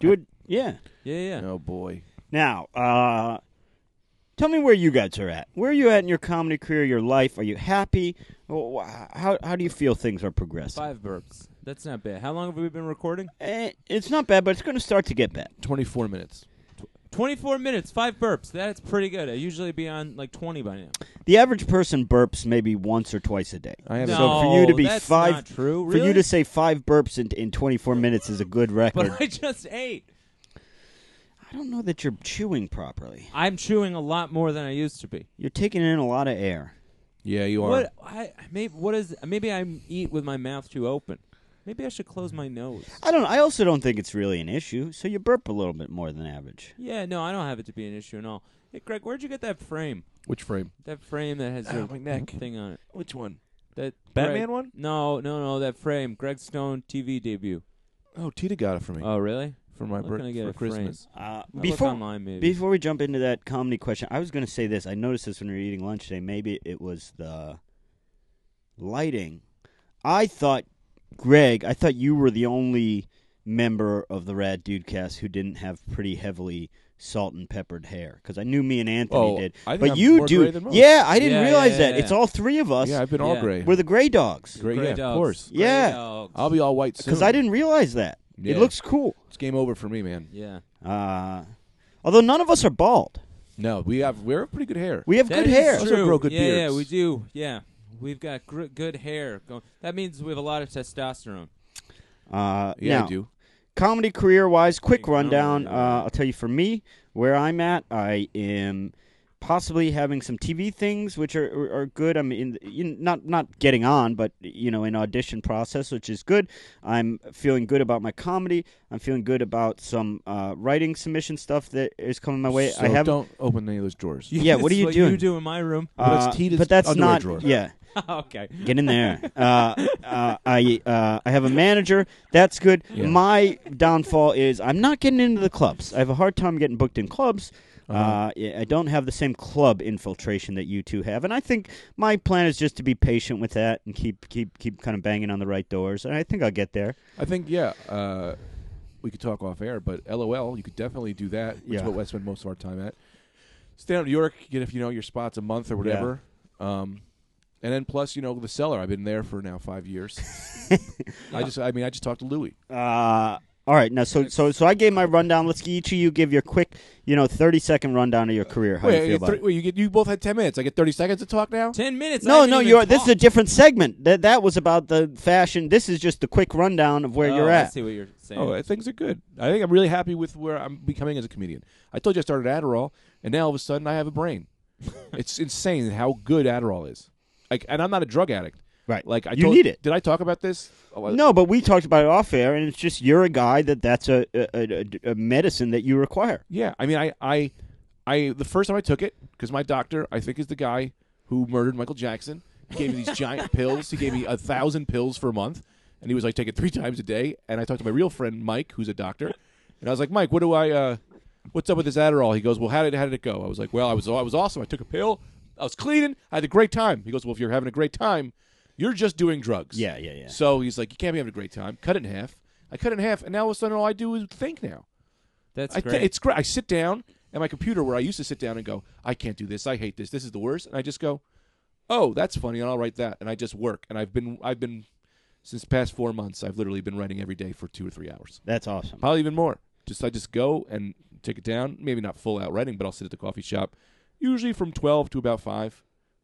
S1: Do it. Yeah.
S3: Yeah, yeah.
S2: Oh boy.
S1: Now, uh, tell me where you guys are at. Where are you at in your comedy career, your life? Are you happy? Oh, wh- How, how do you feel things are progressing?
S3: Five burps. That's not bad. How long have we been recording?
S1: Eh, It's not bad, but it's going to start to get bad.
S2: Twenty-four minutes.
S3: 24 minutes, five burps. That's pretty good. I usually be on like 20 by now.
S1: The average person burps maybe once or twice a day.
S2: I have
S3: no,
S2: a-
S1: So for you to be
S3: that's
S1: five-
S3: not true.
S1: For
S3: Really?
S1: you to say five burps in, in 24 minutes is a good record.
S3: but I just ate.
S1: I don't know that you're chewing properly.
S3: I'm chewing a lot more than I used to be.
S1: You're taking in a lot of air.
S2: Yeah, you are.
S3: What I maybe what is maybe I eat with my mouth too open. Maybe I should close my nose.
S1: I don't. I also don't think it's really an issue. So you burp a little bit more than average.
S3: Yeah, no, I don't have it to be an issue at all. Hey, Greg, where'd you get that frame?
S2: Which frame?
S3: That frame that has
S2: Ah,
S3: your
S2: my neck.
S3: thing on it.
S2: Which one?
S3: That
S2: Batman
S3: Greg-
S2: one?
S3: No, no, no. That frame. Greg Stone TV debut.
S2: Oh, Tita got it for me
S3: Oh, really?
S2: for my
S3: I'm not
S2: birthday
S3: gonna get
S2: for
S3: a
S2: Christmas.
S3: frame.
S1: Uh,
S3: I'll
S1: before
S3: look online, maybe.
S1: Before we jump into that comedy question, I was going to say this. I noticed this when we were eating lunch today. Maybe it was the lighting. I thought, Greg, I thought you were the only member of the Rad Dude cast who didn't have pretty heavily salt and peppered hair because I knew me and Anthony
S2: Oh,
S1: did.
S2: I think
S1: but
S2: I'm
S1: you
S2: more
S1: do.
S2: gray than most.
S1: Yeah, I didn't
S3: Yeah,
S1: realize
S3: yeah,
S1: that.
S3: yeah.
S1: It's all three of us.
S2: Yeah, I've been all
S3: Yeah.
S2: gray.
S1: we're the Gray Dogs.
S2: Great,
S3: Grey
S2: yeah,
S3: dogs.
S2: of course.
S3: Grey
S1: Yeah.
S3: dogs.
S2: I'll be all white soon.
S1: Because I didn't realize that. It
S2: Yeah.
S1: looks cool.
S2: It's game over for me, man.
S3: yeah.
S1: Uh, although none of us are bald.
S2: No, we have we have pretty good hair.
S1: We have
S3: That
S1: good
S3: is
S1: hair.
S2: Also
S3: True.
S2: grow good
S3: yeah,
S2: beards.
S3: yeah, we do. Yeah, we've got gr- good hair. Going. That means we have a lot of testosterone.
S1: Uh,
S2: yeah,
S1: now,
S2: I do.
S1: comedy career wise, quick
S3: Big
S1: rundown.
S3: number, yeah.
S1: Uh, I'll tell you for me where I'm at. I am possibly having some TV things which are are- are good. I'm in in- not not getting on, but you know, in audition process, which is good. I'm feeling good about my comedy. I'm feeling good about some uh, writing submission stuff that is coming my way.
S2: so
S1: I have.
S2: don't open any of those drawers.
S1: Yeah, what
S3: That's
S1: are you
S3: what
S1: doing?
S3: You do in my room.
S2: But it's
S1: uh,
S2: Tita's
S1: but that's
S2: underwear
S1: not.
S2: drawer.
S1: Yeah.
S3: okay.
S1: Get in there. Uh, uh, I uh, I have a manager. That's good.
S2: Yeah.
S1: My downfall is I'm not getting into the clubs. I have a hard time getting booked in clubs. uh
S2: Uh-huh.
S1: I I don't have the same club infiltration that you two have, and I think my plan is just to be patient with that and keep keep keep kind of banging on the right doors, and I think I'll get there.
S2: I think yeah. Uh, we could talk off air, but LOL, you could definitely do that. Which
S1: Yeah.
S2: is what I spend most of our time at. Stay out in New York, get if you know your spots a month or whatever. Um, and then plus, you know, the cellar. I've been there for now five years. I just, I mean, I just talked to Louis.
S1: Uh, all right, now so so so I gave my rundown. Let's each of you give your quick, you know, thirty second rundown of your career. How
S2: wait,
S1: you
S2: I
S1: feel
S2: get
S1: about
S2: thir-
S1: it?
S2: wait, you get you both had ten minutes. I get thirty seconds to talk now.
S3: Ten minutes. I
S1: No,
S3: haven't
S1: no,
S3: even
S1: you're. This is a
S3: talked.
S1: different segment. That that was about the fashion. This is just the quick rundown of where
S3: Oh,
S1: you're
S3: I
S1: at.
S3: see what you're saying.
S2: Oh, uh, things are good. I think I'm really happy with where I'm becoming as a comedian. I told you I started Adderall, and now all of a sudden I have a brain. it's insane how good Adderall is. Like, and I'm not a drug addict.
S1: Right.
S2: Like, I
S1: You
S2: told-
S1: need it.
S2: Did I talk about this? Oh, I-
S1: No, but we talked about it off air, and it's just you're a guy that that's a a, a, a- a medicine that you require.
S2: Yeah. I mean, I, I, I. The first time I took it, because my doctor, I think, is the guy who murdered Michael Jackson. He gave me these giant pills. He gave me a thousand pills for a month, and he was like, take it three times a day. And I talked to my real friend Mike, who's a doctor, and I was like, Mike, what do I? Uh, what's up with this Adderall? He goes, well, how did how did it go? I was like, well, I was I was awesome. I took a pill. I was cleaning. I had a great time. He goes, well, if you're having a great time, you're just doing drugs.
S1: Yeah, yeah, yeah.
S2: So he's like, you can't be having a great time. Cut it in half. I cut it in half, and now all of a sudden, all I do is think now.
S3: that's
S2: I
S3: great.
S2: th- it's great. I sit down at my computer where I used to sit down and go, I can't do this. I hate this. This is the worst. And I just go, Oh, that's funny. And I'll write that. And I just work. And I've been, I've been, since the past four months, I've literally been writing every day for two or three hours,
S1: That's awesome.
S2: probably even more. Just I just go and take it down. Maybe not full out writing, but I'll sit at the coffee shop, usually from twelve to about five,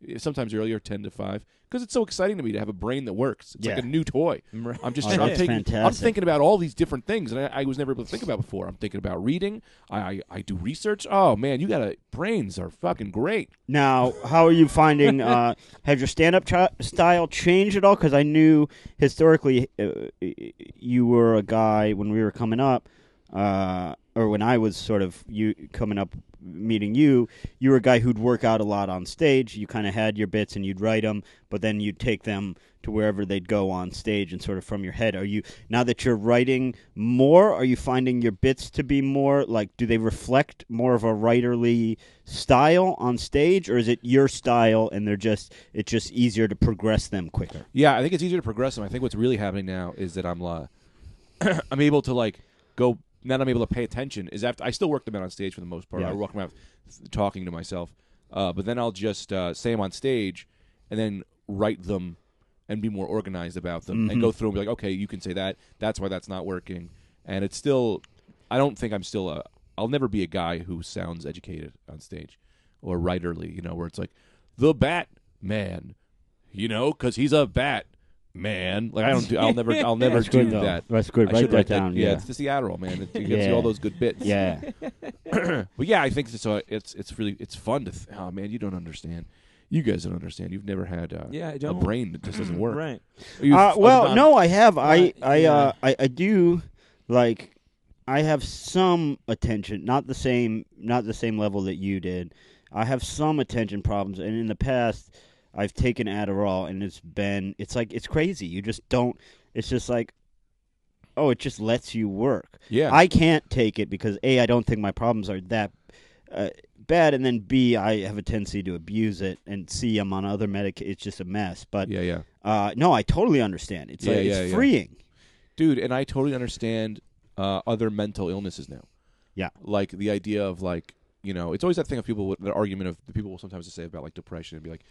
S2: eh, sometimes earlier, ten to five, because it's so exciting to me to have a brain that works. It's
S1: Yeah.
S2: like a new toy.
S3: Right.
S2: I'm just
S1: Oh,
S2: trying, I'm,
S1: that's
S2: taking, I'm
S1: fantastic.
S2: thinking about all these different things that I, I was never able to think about before. I'm thinking about reading. I, I, I do research. Oh man, you gotta brains are fucking great.
S1: Now, how are you finding? Uh, has your stand up ch- style changed at all? Because I knew historically uh, you were a guy when we were coming up, uh, or when I was sort of you coming up meeting you. You were a guy who'd work out a lot on stage. You kind of had your bits and you'd write them, but then you'd take them to wherever they'd go on stage and sort of from your head. Are you now that you're writing more? Are you finding your bits to be more like? Do they reflect more of a writerly style on stage, or is it your style and they're just it's just easier to progress them quicker?
S2: Yeah, I think it's easier to progress them. I think what's really happening now is that I'm uh, I'm able to like go now that I'm able to pay attention is after I still work them out on stage for the most part.
S1: Yeah.
S2: I walk them out talking to myself. Uh, but then I'll just uh, say them on stage and then write them and be more organized about them and go through and be like, okay, you can say that. That's why that's not working. And it's still I don't think I'm still a I'll never be a guy who sounds educated on stage or writerly, you know, where it's like the bat man, you know, cuz he's a bat man. Like I don't do I'll never I'll never
S1: That's
S2: do
S1: good, though.
S2: that.
S1: That's good.
S2: I
S1: Write
S2: should
S1: that
S2: write
S1: down,
S2: Yeah,
S1: yeah.
S2: it's just the Adderall, man. It, you get
S1: Yeah.
S2: all those good bits.
S1: Yeah,
S2: But yeah, I think so. It's it's really it's fun to. Th- oh man, you don't understand. You guys don't understand. You've never had uh,
S3: Yeah, I
S2: a
S3: don't.
S2: brain that just doesn't work.
S3: Right.
S2: You-
S1: Uh,
S2: other
S1: well,
S2: than-
S1: no, I have. I I
S3: yeah.
S1: uh, I, I do like I have some attention, not the same, not the same level that you did. I have some attention problems, and in the past, I've taken Adderall, and it's been it's like it's crazy. You just don't. It's just like. Oh, it just lets you work.
S2: Yeah.
S1: I can't take it because a I don't think my problems are that uh, bad, and then b I have a tendency to abuse it, and c I'm on other medic. It's just a mess. But
S2: Yeah, yeah,
S1: uh, no, I totally understand. It's
S2: Yeah,
S1: like,
S2: yeah,
S1: it's
S2: yeah.
S1: freeing.
S2: dude. And I totally understand uh, other mental illnesses now.
S1: Yeah.
S2: Like the idea of like you know, it's always that thing of people. with- The argument of the people will sometimes say about like depression and be like,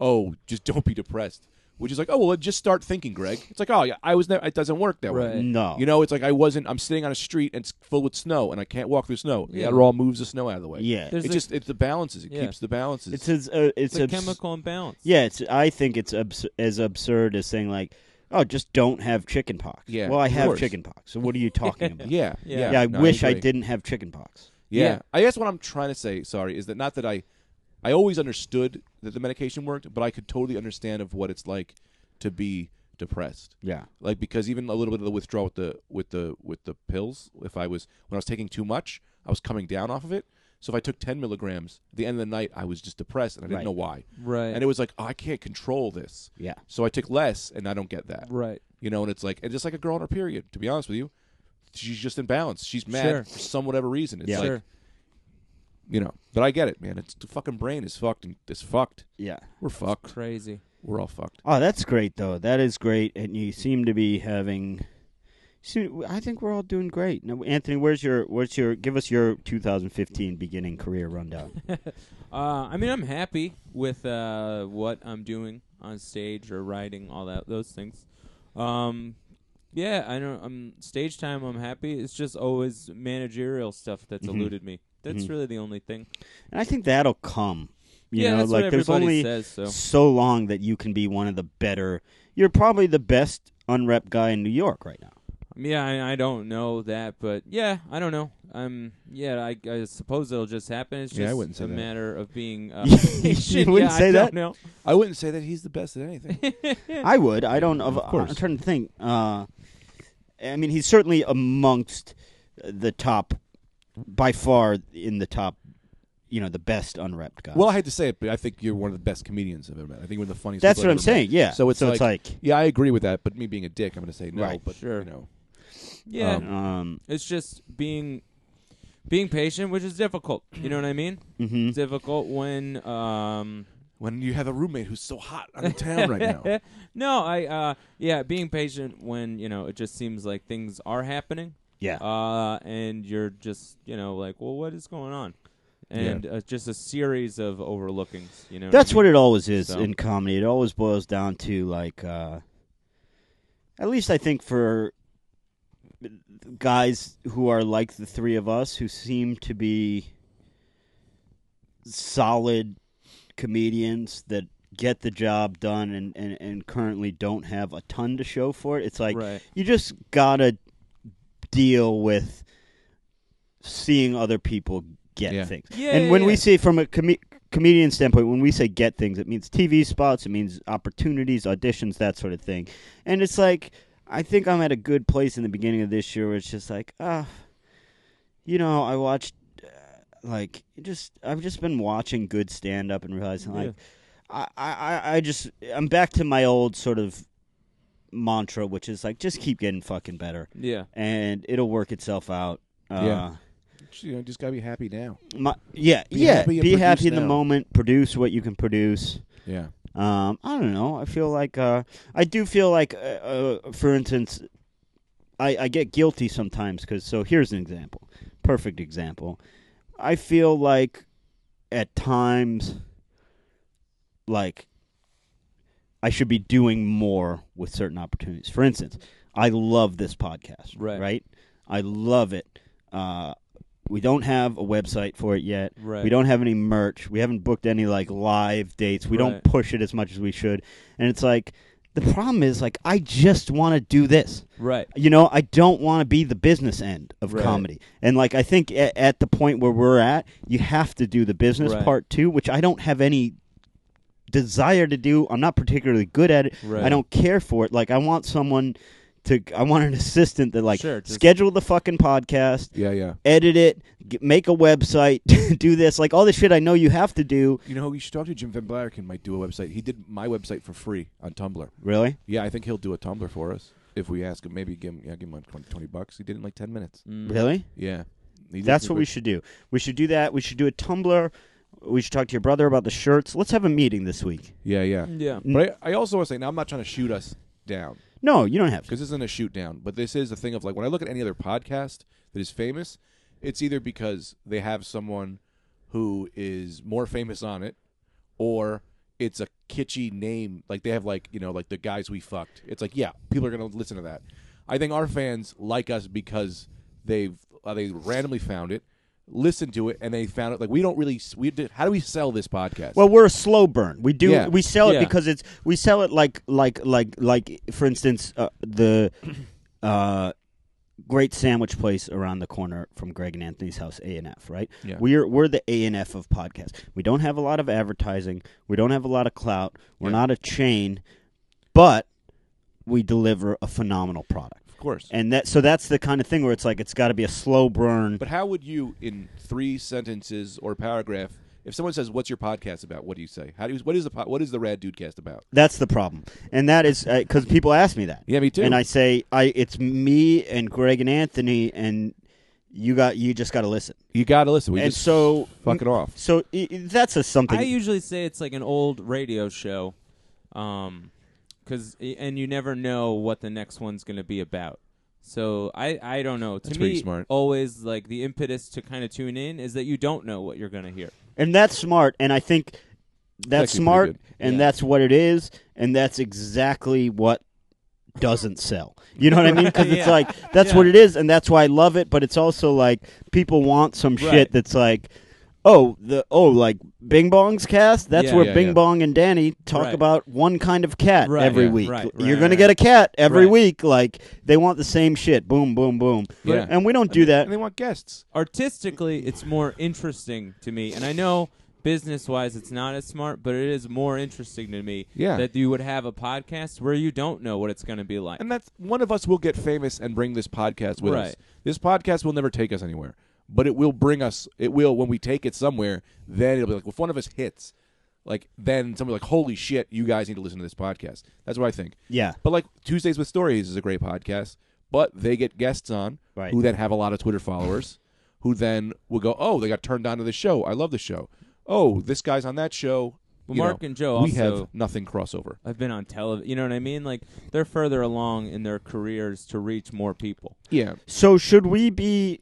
S2: oh, just don't be depressed. Which is like, oh well, just start thinking, Greg. It's like, oh yeah, I was. never. it doesn't work that way.
S3: Right.
S1: No,
S2: Uh, You know, it's like I wasn't. I'm sitting on a street and it's full with snow, and I can't walk through snow. The
S3: Yeah.
S2: Adderall moves the snow out of the way.
S1: yeah,
S3: There's
S2: it
S3: a-
S2: just it the balances. It
S3: Yeah.
S2: keeps the balances.
S1: it's as uh, it's,
S3: It's a
S1: abs-
S3: chemical imbalance.
S1: Yeah, it's. I think it's abs- as absurd as saying like, oh, just don't have chicken pox.
S2: Yeah,
S1: well, I
S2: of
S1: have
S2: course.
S1: chicken pox. So what are you talking about?
S2: yeah, yeah.
S3: Yeah.
S1: Yeah, I
S2: No,
S1: wish I,
S2: agree.
S1: didn't have chicken pox.
S2: Yeah.
S3: Yeah.
S2: I guess what I'm trying to say, sorry, is that not that I, I always understood that the medication worked, but I could totally understand of what it's like to be depressed.
S1: Yeah,
S2: Like because even a little bit of the withdrawal with the with the with the pills, if I was when I was taking too much, I was coming down off of it. So if I took 10 milligrams, at the end of the night I was just depressed and I didn't
S1: Right.
S2: know why.
S3: Right.
S2: And it was like, oh, I can't control this.
S1: yeah,
S2: So I took less, and I don't get that.
S3: right.
S2: You know, and it's like, and just like a girl on her period. To be honest with you, she's just imbalanced. She's mad
S3: Sure.
S2: for some whatever reason. It's
S1: Yeah.
S2: like,
S3: Sure.
S2: you know, but I get it, man. It's the fucking brain is fucked and it's fucked.
S1: yeah.
S2: We're fucked.
S3: Crazy.
S2: We're all fucked.
S1: Oh, that's great though. That is great, and you seem to be having. see, I think we're all doing great. Now, Anthony, where's your where's your give us your 2015 beginning career rundown?
S3: Uh, I mean, I'm happy with uh, what I'm doing on stage or writing, all that those things. Um, yeah, I know. Um, stage time, I'm happy. It's just always managerial stuff that's
S1: Mhm.
S2: Mm-hmm.
S3: eluded me. That's
S1: Mhm.
S3: really the only thing.
S1: and I think that'll come. You
S3: yeah,
S1: know,
S3: that's
S1: like
S3: what
S1: there's
S3: everybody
S1: only
S3: says. So
S1: so long that you can be one of the better. You're probably the best unrep guy in New York right now.
S3: yeah, I, I don't know that, but yeah, I don't know. Um, yeah, I, I suppose it'll just happen. It's just
S2: Yeah, I wouldn't say
S3: a
S2: that.
S3: matter of being. Uh,
S1: You
S3: patient.
S1: wouldn't
S3: yeah,
S1: say
S3: I
S1: that?
S3: No,
S2: I wouldn't say that he's the best at anything.
S1: I would. I don't. Of,
S2: Of course.
S1: I'm trying to think. Uh, I mean, he's certainly amongst the top, by far in the top. You know, the best unrepped guy.
S2: well, I hate to say it, but I think you're one of the best comedians I've ever met. I think one of the funniest.
S1: that's
S2: people
S1: what
S2: I've
S1: I'm
S2: ever
S1: saying. Yeah.
S2: So it's
S1: so it's like,
S2: met. Yeah, I agree with that. But me being a dick, I'm going to say no.
S1: Right.
S2: But
S3: Sure.
S2: you know,
S3: yeah,
S2: Um,
S1: um,
S3: it's just being being patient, which is difficult. You know what I mean?
S1: mhm.
S3: difficult when um
S2: when you have a roommate who's so hot out of town right now.
S3: no i uh yeah being patient when you know it just seems like things are happening
S1: yeah.
S3: uh and you're just you know like well what is going on and uh, just a series of overlookings you know
S1: That's
S3: what,
S1: what it always is
S3: So-
S1: in comedy. It always boils down to like, uh, at least I think for guys who are like the three of us, who seem to be solid comedians that get the job done and, and, and currently don't have a ton to show for it. It's
S3: I
S1: like
S3: mean? right
S1: you just gotta deal with seeing other people get
S2: Yeah.
S1: things.
S3: Yeah,
S1: and
S3: yeah,
S1: when we
S3: yeah.
S1: say from a com- comedian standpoint, when we say get things, it means TV spots, it means opportunities, auditions, that sort of thing. And it's like I think I'm at a good place in the beginning of this year where it's just like ah you know, I watched uh, like just I've just been watching good stand up and realizing like I I, I I just I'm back to my old sort of mantra, which is like just keep getting fucking better,
S3: Yeah.
S1: and it'll work itself out. Uh,
S2: You know, just gotta be happy now.
S1: yeah, my, yeah, yeah.
S2: happy and
S1: be
S2: produce
S1: happy in the
S2: now.
S1: moment. Produce what you can produce.
S2: Yeah.
S1: Um, I don't know. I feel like uh, I do feel like, uh, uh, for instance, I, I get guilty sometimes because. So here's an example, perfect example. I feel like at times, like I should be doing more with certain opportunities. For instance, I love this podcast,
S3: Right.
S1: Right, I love it. Uh, we don't have a website for it yet.
S3: Right.
S1: We don't have any merch. We haven't booked any like live dates. We
S3: Right.
S1: don't push it as much as we should. And it's like the problem is like I just want to do this.
S3: Right.
S1: You know, I don't want to be the business end of
S3: Right.
S1: comedy. And like I think at, at the point where we're at, you have to do the business
S3: Right.
S1: part too, which I don't have any desire to do. I'm not particularly good at it.
S3: Right.
S1: I don't care for it. Like I want someone to I want an assistant that like
S3: Sure, just-
S1: schedule the fucking podcast
S2: Yeah. Yeah.
S1: edit it, g- make a website, do this, like all the shit I know you have to do.
S2: You know who you should talk to? Jim Van Blarkin might do a website. He did my website for free on Tumblr.
S1: Really?
S2: Yeah, I think he'll do a Tumblr for us if we ask him. Maybe give him, yeah, give him like 20, 20 bucks. He did it in like ten minutes.
S1: Really?
S2: Yeah, He did
S1: Mm. That's
S2: for
S1: what we
S2: free.
S1: should do. We should do that. We should do a Tumblr. We should talk to your brother about the shirts. Let's have a meeting this week.
S2: Yeah, yeah,
S1: Mm.
S3: Yeah.
S2: But I, I also want to say now I'm not trying to shoot us down
S1: No, you don't have to.
S2: because this isn't a shoot down, but this is a thing of like when I look at any other podcast that is famous, it's either because they have someone who is more famous on it, or it's a kitschy name. Like they have like you know like the guys we fucked. It's like yeah, people are gonna listen to that. I think our fans like us because they've uh, they randomly found it, listened to it, and they found it. Like we don't really s- we did, how do we sell this podcast?
S1: Well, we're a slow burn. We do
S2: Yeah.
S1: we sell it
S3: Yeah.
S1: because it's we sell it like like like like for instance uh, the uh, great sandwich place around the corner from Greg and Anthony's house A and F. Right?
S2: Yeah.
S1: We're we're the A and F of podcasts. We don't have a lot of advertising. We don't have a lot of clout. We're
S2: Yeah.
S1: not a chain, but we deliver a phenomenal product.
S2: of course.
S1: And that so that's the kind of thing where it's like it's got to be a slow burn.
S2: But how would you, in three sentences or paragraph, if someone says, "What's your podcast about?" What do you say? How do you? What is the po- what is the Rad Dude Cast about?
S1: That's the problem, and that is because people ask me that.
S2: Yeah, me too.
S1: And I say, I it's me and Greg and Anthony, and you got you just got to listen.
S2: You got to listen. We
S1: and
S2: just
S1: so
S2: fuck it off.
S1: So i- i- that's a something.
S3: I usually say it's like an old radio show, um, cause and you never know what the next one's gonna be about. So I I don't know. To
S2: That's pretty
S3: me,
S2: smart.
S3: always like the impetus to kind of tune in is that you don't know what you're gonna hear.
S1: and that's smart, and I think that's
S2: actually pretty
S1: smart,
S2: good.
S1: and
S3: Yeah.
S1: that's what it is, and that's exactly what doesn't sell. You know what I mean? Because it's
S3: Yeah.
S1: like that's
S3: Yeah.
S1: what it is, and that's why I love it. But it's also like people want some
S3: Right.
S1: shit that's like. Oh, the oh, like Bing Bong's cast. That's
S3: Yeah.
S1: where
S2: Yeah,
S1: Bing
S2: yeah.
S1: Bong and Danny talk
S3: Right.
S1: about one kind of cat
S3: Right,
S1: every
S2: yeah.
S1: week.
S3: Right, right,
S1: You're gonna
S3: right.
S1: get a cat every
S3: Right.
S1: week. Like they want the same shit. Boom, boom, boom.
S2: Yeah.
S1: And we don't do that.
S2: And they want guests.
S3: Artistically, it's more interesting to me, and I know business wise it's not as smart, but it is more interesting to me
S2: Yeah.
S3: that you would have a podcast where you don't know what it's gonna be like.
S2: And that's one of us will get famous and bring this podcast with us.
S3: Right.
S2: This podcast will never take us anywhere, but it will bring us. It will when we take it somewhere. Then it'll be like if one of us hits, like then somebody's like, "Holy shit, you guys need to listen to this podcast." That's what I think.
S1: Yeah.
S2: But like Tuesdays with Stories is a great podcast, but they get guests on
S1: Right.
S2: who then have a lot of Twitter followers, who then will go, "Oh, they got turned on to the show. I love the show. Oh, this guy's on that show."
S3: Well,
S2: You
S3: Mark
S2: know,
S3: and Joe
S2: we have
S3: also-
S2: nothing crossover.
S3: I've been on television. You know what I mean? Like they're further along in their careers to reach more people.
S2: Yeah,
S1: So should we be?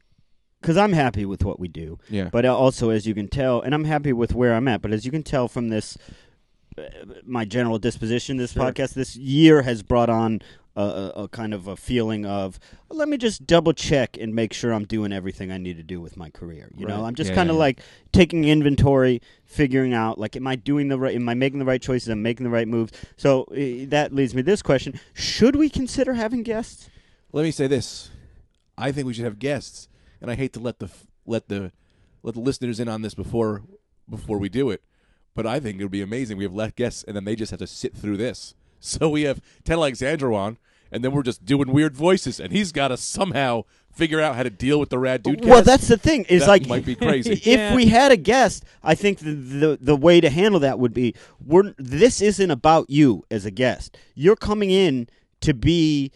S1: Because I'm happy with what we do.
S2: yeah,
S1: But uh, also, as you can tell, and I'm happy with where I'm at. But as you can tell from this, uh, my general disposition, this podcast this year has brought on a, a, a kind of a feeling of let me just double check and make sure I'm doing everything I need to do with my career. You know,
S3: Right.
S1: I'm just
S2: Yeah,
S1: kind of
S2: yeah, yeah.
S1: like taking inventory, figuring out like, am I doing the right? Am I making the right choices? Am I making the right moves? So uh, that leads me to this question: Should we consider having guests?
S2: Let me say this: I think we should have guests, and I hate to let the f- let the let the listeners in on this before before we do it. But I think it would be amazing. We have let guests, and then they just have to sit through this. So we have Ted Alexander on, and then we're just doing weird voices, and he's got to somehow figure out how to deal with the rad dude.
S1: Well,
S2: cast.
S1: that's the thing. Is
S2: That
S1: like
S2: might be crazy.
S1: If
S3: Yeah.
S1: we had a guest, I think the, the the way to handle that would be we're this isn't about you as a guest. You're coming in to be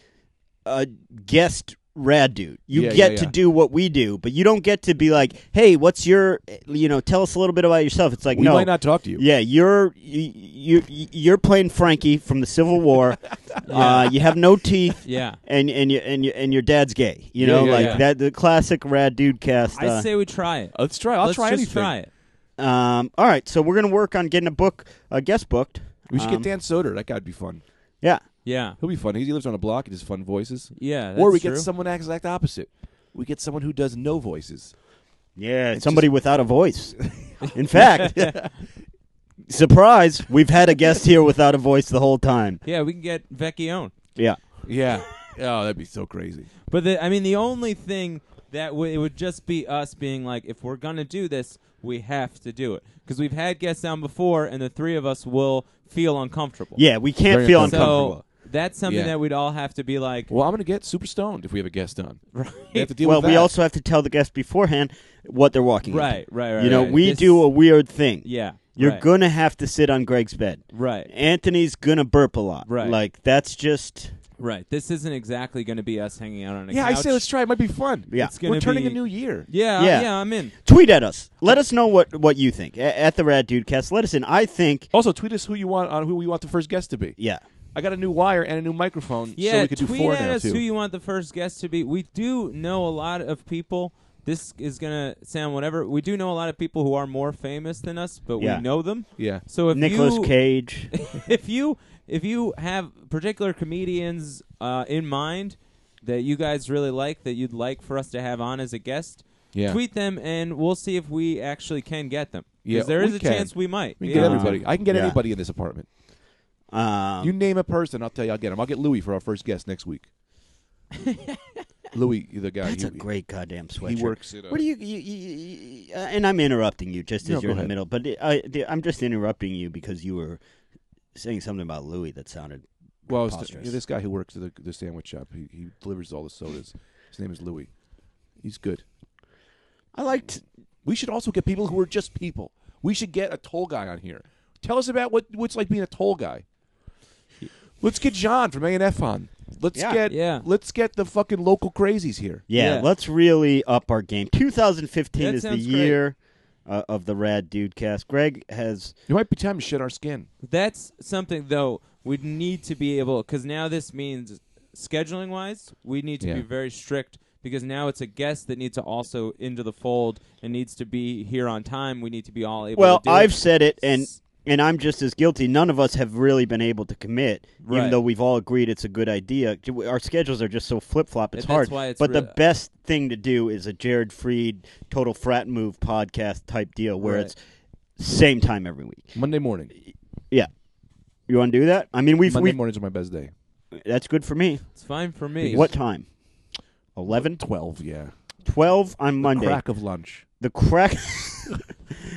S1: a guest rad dude. You
S2: Yeah, yeah,
S1: get to
S2: yeah.
S1: do what we do, but you don't get to be like, "Hey, what's your you know, tell us a little bit about yourself." It's like,
S2: We
S1: "No."
S2: might not talk to you.
S1: Yeah, you're you, you you're playing Frankie from the Civil War. uh, you have no teeth.
S3: Yeah.
S1: And and you and you and your dad's gay. You
S2: Yeah,
S1: know,
S2: yeah,
S1: like
S3: yeah.
S1: that the classic rad dude cast.
S3: I
S1: uh,
S3: say we try it.
S2: Let's try. I'll
S3: Let's
S2: try
S3: just
S2: anything.
S3: try it.
S1: um, all right, so we're gonna work on getting a book, a guest booked.
S2: We should
S1: Um,
S2: get Dan Soder. That guy'd be fun.
S1: Yeah,
S3: Yeah.
S2: He'll be fun. He lives on a block. He does fun voices.
S3: Yeah.
S2: or
S3: that's
S2: we
S3: true.
S2: get someone exact opposite. We get someone who does no voices.
S1: yeah, somebody without a voice. In fact, surprise, we've had a guest here without a voice the whole time.
S3: Yeah, we can get Vecchione.
S1: Yeah,
S2: Yeah. oh, that'd be so crazy.
S3: But the, I mean, the only thing that w- it would just be us being like, if we're gonna do this, we have to do it because we've had guests down before, and the three of us will feel uncomfortable.
S1: yeah, we can't
S2: Very
S1: feel
S3: so
S1: uncomfortable.
S3: that's something
S2: Yeah.
S3: that we'd all have to be like.
S2: Well, I'm gonna get super stoned if we have a guest on.
S3: Right,
S2: We have to deal
S1: well,
S2: with
S1: we
S2: that.
S1: also have to tell the guest beforehand what they're walking. into.
S3: right, right, right.
S1: you know,
S3: right.
S1: we
S3: This-
S1: do a weird thing.
S3: Yeah,
S1: You're
S3: right,
S1: gonna have to sit on Greg's bed.
S3: Right,
S1: Anthony's gonna burp a lot.
S3: Right.
S1: Like that's just
S3: right. This isn't exactly gonna be us hanging out on a
S2: Yeah,
S3: couch.
S2: I say let's try. It might be fun.
S1: Yeah.
S3: It's
S2: We're
S3: gonna
S2: turning a
S3: be-
S2: new year.
S3: Yeah,
S1: Yeah.
S3: yeah, I'm in.
S1: tweet at us. Let us know what what you think A- at the Rad Dude Cast. Let us in. I think
S2: Also, tweet us who you want on who we want the first guest to be.
S1: yeah.
S2: I got a new wire and a new microphone,
S3: Yeah,
S2: so we could do
S3: tweet
S2: four
S3: at
S2: now
S3: us
S2: too.
S3: who you want the first guest to be. We do know a lot of people. This is gonna sound whatever. We do know a lot of people who are more famous than us, but
S1: Yeah.
S3: we know them.
S2: yeah.
S3: So if
S1: Nicholas
S3: you,
S1: Cage.
S3: if you if you have particular comedians uh, in mind that you guys really like that you'd like for us to have on as a guest,
S2: Yeah.
S3: tweet them and we'll see if we actually can get them. 'Cause
S2: Yeah,
S3: there
S2: we
S3: is a
S2: can.
S3: chance we might.
S2: We
S3: be
S2: can get
S3: able to.
S2: everybody. I can get
S1: Yeah.
S2: anybody in this apartment.
S1: Um,
S2: You name a person, I'll tell you. I'll get him. I'll get Louis for our first guest next week. Louis, the guy.
S1: that's
S2: he,
S1: a great goddamn sweatshirt.
S2: He works at. A,
S1: What do you? you, you, you uh, and I'm interrupting you just as
S2: No, go
S1: you're in the
S2: ahead.
S1: middle. But I, I'm just interrupting you because you were saying something about Louis that sounded.
S2: Well, it's-
S1: preposterous.
S2: yeah, this guy who works at the, the sandwich shop, he, he delivers all the sodas. His name is Louis. He's good.
S1: I liked.
S2: We should also get people who are just people. We should get a toll guy on here. Tell us about what what's like being a toll guy. Let's get John from A and F on. Let's
S1: Yeah.
S2: get
S3: Yeah.
S2: Let's get the fucking local crazies here.
S1: Yeah,
S3: Yeah.
S1: let's really up our game. 2015
S3: That
S1: is the
S3: sounds great.
S1: year uh, of the Rad Dude Cast. Greg has
S2: It might be time to shed our skin.
S3: That's something though we need to be able because now this means scheduling wise we need to
S2: Yeah.
S3: be very strict because now it's a guest that needs to also into the fold and needs to be here on time. We need to be all able.
S1: Well,
S3: to do
S1: I've
S3: it.
S1: said it, and
S3: S-
S1: and I'm just as guilty. None of us have really been able to commit, even
S3: Right.
S1: though we've all agreed it's a good idea. Our schedules are just so flip flop; it's
S3: That's
S1: hard.
S3: why it's
S1: but the
S3: re-
S1: best thing to do is a Jared Freed total frat move podcast type deal, where
S3: Right.
S1: it's same time every week.
S2: Monday morning.
S1: Yeah, you want to do that? I mean, we've
S2: Monday
S1: we
S2: mornings are my best day.
S1: that's good for me.
S3: it's fine for me.
S1: What time? 11?
S2: Twelve, yeah.
S1: 12 on Monday.
S2: Crack of lunch.
S1: The crack,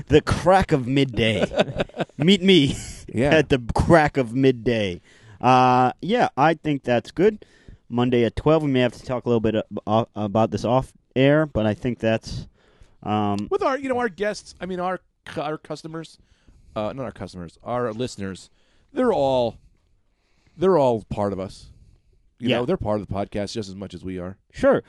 S1: the crack of midday. Meet me
S2: Yeah.
S1: at the crack of midday. Uh, yeah, I think that's good. Monday at twelve, we may have to talk a little bit ab- uh, about this off air, but I think that's um,
S2: with our you know our guests i mean our cu- our customers uh not our customers our listeners they're all they're all part of us you
S1: Yeah.
S2: know they're part of the podcast just as much as we are
S1: sure.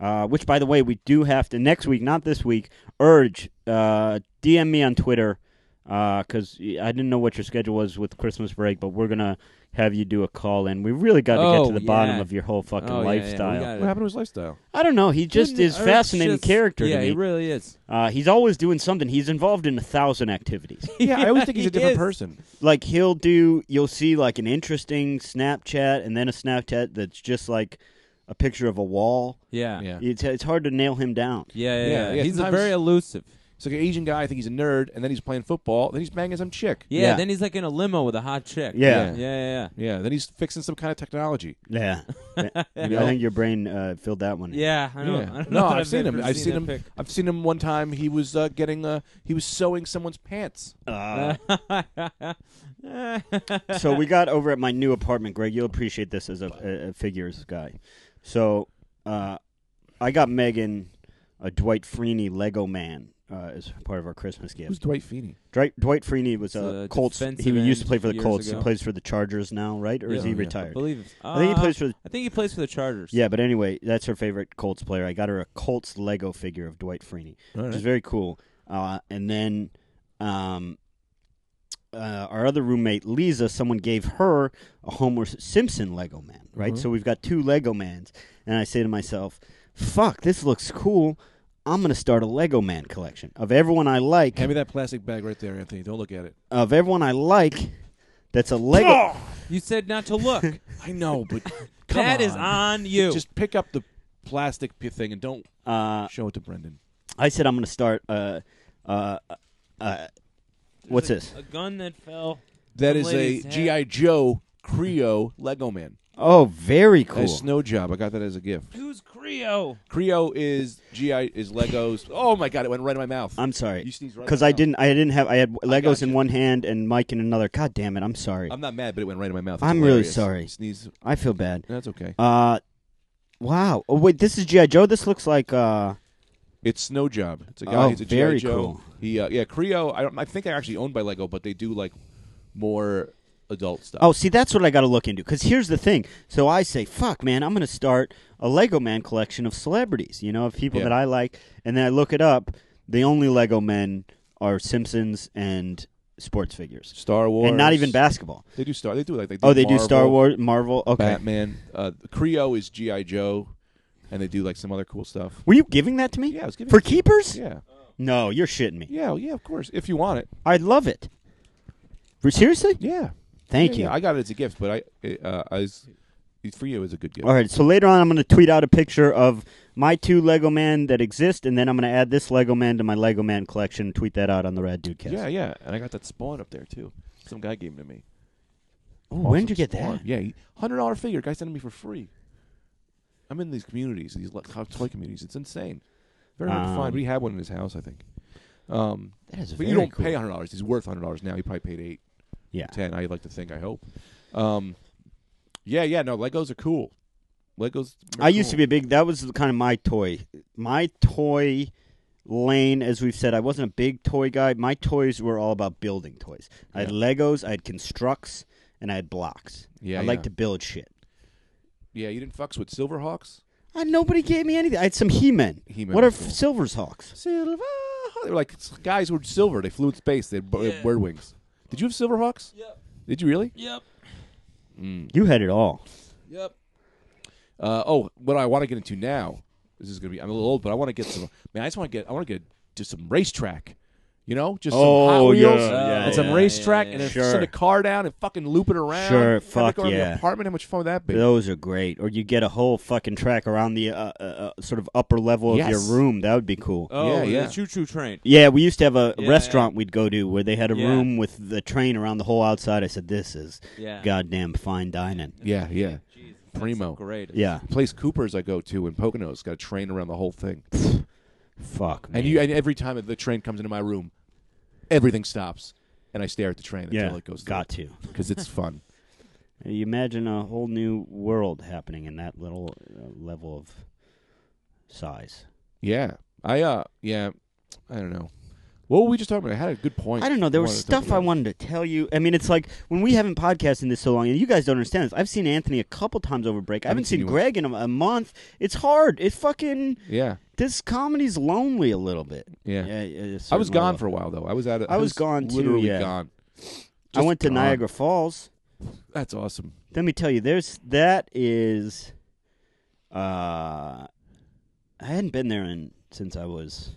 S1: Uh, which, by the way, we do have to next week, not this week. Urge uh, DM me on Twitter because I didn't know what your schedule was with Christmas break, but we're gonna have you do a call in. We really got to
S3: Oh,
S1: get to the bottom
S3: yeah.
S1: of your whole fucking
S3: Oh, yeah, yeah, we
S1: lifestyle.
S3: got it.
S2: what happened to his lifestyle
S1: I don't know. He just
S3: Didn't-
S1: is
S3: or it's
S1: fascinating
S3: just-
S1: character
S3: Yeah,
S1: to
S3: he
S1: me.
S3: really is.
S1: uh, he's always doing something. He's involved in a thousand activities.
S2: yeah i always think he's
S3: he
S2: a different
S3: is.
S2: person
S1: like he'll do, you'll see like an interesting Snapchat, and then a Snapchat that's just like a picture of a wall.
S3: Yeah.
S2: yeah
S1: It's, it's hard to nail him down.
S3: Yeah, yeah,
S2: Yeah,
S3: yeah.
S2: yeah,
S3: He's a
S2: sometimes-
S3: very elusive.
S2: he's like an asian guy i think he's a nerd and then he's playing football then he's banging some chick
S3: Yeah,
S1: Yeah.
S3: Then he's like in a limo with a hot chick.
S1: Yeah.
S3: Yeah. Yeah.
S2: yeah then he's fixing some kind of technology
S1: Yeah,
S3: Yeah.
S1: I think your brain uh, filled that one. in.
S3: Yeah, I don't,
S2: Yeah.
S3: I don't
S2: no
S3: know. that
S2: i've seen him
S3: ever
S2: i've seen
S3: that
S2: him
S3: pic.
S2: i've seen him one time he was uh, getting uh he was sewing someone's pants
S1: Uh, so we got over at my new apartment, Greg. You'll appreciate this as a, a, a figures guy. So uh, I got Megan a Dwight Freeney Lego Man uh, as part of our Christmas gift.
S2: Who's Dwight Feeney?
S1: Dwight, Dwight Freeney was
S3: It's
S1: a
S3: a
S1: Colts. He
S3: defensive
S1: used to
S3: end
S1: play for the
S3: years
S1: Colts. He
S3: ago.
S1: plays for the Chargers now, right? Or is
S3: Yeah,
S1: he
S3: Uh, yeah. I
S1: retired?
S3: believe.
S1: I think he plays for. The,
S3: I think he plays for the Chargers.
S1: yeah, but anyway, that's her favorite Colts player. I got her a Colts Lego figure of Dwight Freeney, which is very cool. Uh, and then um, uh, our other roommate, Lisa, someone gave her a Homer Simpson Lego man, right? So we've got two Lego mans. And I say to myself, fuck, this looks cool. I'm going to start a Lego man collection of everyone I like.
S2: Hand me that plastic bag right there, Anthony. Don't look at it.
S1: Of everyone I like that's a Lego.
S3: You said not to look.
S2: I know, but come
S3: That
S2: on.
S3: is on you.
S2: Just pick up the plastic p- thing and don't
S1: Uh,
S2: show it to Brendan.
S1: I said I'm going to start. Uh, uh, uh, what's this?
S3: a gun that fell.
S2: That
S3: The
S2: is a
S3: lady's hat.
S2: GI Joe Creo Lego Man.
S1: Oh, very
S2: A
S1: cool.
S2: snow job. I got that as a gift.
S3: Who's Creo?
S2: Creo is GI is Legos. Oh my god! It went right in my mouth.
S1: I'm sorry.
S2: You sneezed right
S1: Because
S2: in my
S1: I
S2: mouth.
S1: didn't. I didn't have. I had Legos in
S2: gotcha.
S1: one hand and Mike in another. God damn it! I'm sorry.
S2: I'm not mad, but it went right in my mouth. It's
S1: I'm really
S2: hilarious.
S1: sorry.
S2: Sneeze.
S1: I feel bad.
S2: That's okay.
S1: Uh, wow. Oh, wait, this is GI Joe. This looks like. Uh,
S2: It's Snow Job. It's a guy.
S1: Oh,
S2: he's a G.I.
S1: very
S2: Joe.
S1: cool.
S2: He uh, yeah, Creo. I don't. I think they're actually owned by Lego, but they do like more adult stuff.
S1: oh, see, that's what I got to look into. Because here's the thing. So I say, fuck, man, I'm gonna start a Lego Man collection of celebrities. You know, of people
S2: Yeah.
S1: that I like, and then I look it up. The only Lego men are Simpsons and sports figures,
S2: Star Wars,
S1: and not even basketball.
S2: They do Star. They do like they. Do
S1: Oh, they do
S2: Marvel,
S1: Star Wars, Marvel. Okay.
S2: Batman. Uh, Creo is GI Joe, and they do like some other cool stuff.
S1: Were you giving that to me?
S2: Yeah, I was giving
S1: for
S2: it to you.
S1: keepers.
S2: Yeah,
S1: No, you're shitting me.
S2: yeah, oh, yeah. Of course, if you want it.
S1: I love it. For- Seriously?
S2: Yeah.
S1: Thank
S2: Yeah,
S1: you.
S2: yeah, I got it as a gift, but I, it, uh, I was, it- for you, it was a good gift.
S1: All right, so later on, I'm going to tweet out a picture of my two Lego Man that exist, and then I'm going to add this Lego Man to my Lego Man collection and tweet that out on the Rad Dude Cast.
S2: Yeah, yeah, and I got that spawn up there too. Some guy gave him to me.
S1: Ooh, when did you
S2: Awesome
S1: get that?
S2: Spawn. Yeah, hundred dollar figure. Guy sent it to me for free. I'm in these communities, these like, hot toy communities. It's insane. Very hard to
S1: Um,
S2: find. But he had one in his house, I think. Um,
S1: That is
S2: but
S1: very
S2: you don't
S1: cool.
S2: pay hundred dollars. He's worth hundred dollars now. He probably paid eight,
S1: Yeah.
S2: ten. I like to think. I hope. Um, yeah, yeah. No, Legos are cool. Legos. are
S1: I used to
S2: cool.
S1: be a big. That was kind of my toy. My toy lane, as we've said, I wasn't a big toy guy. My toys were all about building toys. I had
S2: Yeah.
S1: Legos, I had constructs, and I had blocks.
S2: Yeah,
S1: I like
S2: yeah.
S1: to build shit.
S2: Yeah, you didn't fucks with Silverhawks.
S1: Uh, nobody gave me anything. I had some He-Men.
S2: He-Man
S1: What are
S2: was cool.
S1: Silver's Hawks?
S2: Silver. They were like s- guys who were silver. They flew in space. They had b-
S3: Yeah.
S2: bird wings. Did you have Silverhawks?
S3: Yep.
S2: Did you really?
S3: Yep.
S1: You had it all.
S3: Yep.
S2: Uh, oh, what I want to get into now. This is gonna be. I'm a little old, but I want to get some. Man, I just want to get. I want to get just some racetrack. You know, just some Hot
S1: Oh, yeah,
S2: Wheels
S1: yeah,
S2: and
S1: yeah,
S2: some racetrack,
S3: yeah,
S2: and
S3: yeah.
S2: then
S1: Sure.
S2: send a car down and fucking loop it around.
S1: Sure,
S2: Have it
S1: fuck
S2: go around
S1: yeah.
S2: The apartment. How much fun would that be?
S1: Those are great. Or you get a whole fucking track around the uh, uh, uh, sort of upper level of your
S2: Yes.
S1: room. That would be cool.
S3: Oh,
S2: Yeah, yeah.
S3: the choo choo train.
S1: yeah, we used to have a
S3: Yeah,
S1: restaurant we'd go to where they had a
S3: Yeah.
S1: room with the train around the whole outside. I said, "This is
S3: Yeah.
S1: goddamn fine dining."
S2: Yeah, yeah.
S3: Jeez, that's
S2: Primo.
S3: Great.
S1: Yeah,
S2: Place Cooper's I go to in Poconos got a train around the whole thing,
S1: fuck. Man.
S2: and you and every time that the train comes into my room, everything stops, and I stare at the train
S1: yeah,
S2: until it goes.
S1: got to.
S2: because it's fun.
S1: You imagine a whole new world happening in that little uh, level of size.
S2: Yeah, I uh, yeah, I don't know. What were we just talking about? I had a good point.
S1: I don't know. There was
S2: wanted to talk
S1: stuff I
S2: about.
S1: wanted to tell you. I mean, it's like when we haven't podcasted this so long, and you guys don't understand this. I've seen Anthony a couple times over break. I haven't
S2: haven't seen
S1: seen
S2: you in-
S1: Greg in a, a month. It's hard. It's fucking.
S2: Yeah,
S1: This comedy's lonely a little bit.
S2: yeah.
S1: yeah
S2: I was gone for a while though. I was out. Of,
S1: I was gone, too,
S2: Literally
S1: yeah.
S2: gone.
S1: I
S2: just
S1: went to
S2: gone.
S1: Niagara Falls.
S2: That's awesome.
S1: Let me tell you, there's that is. Uh, I hadn't been there in since I was,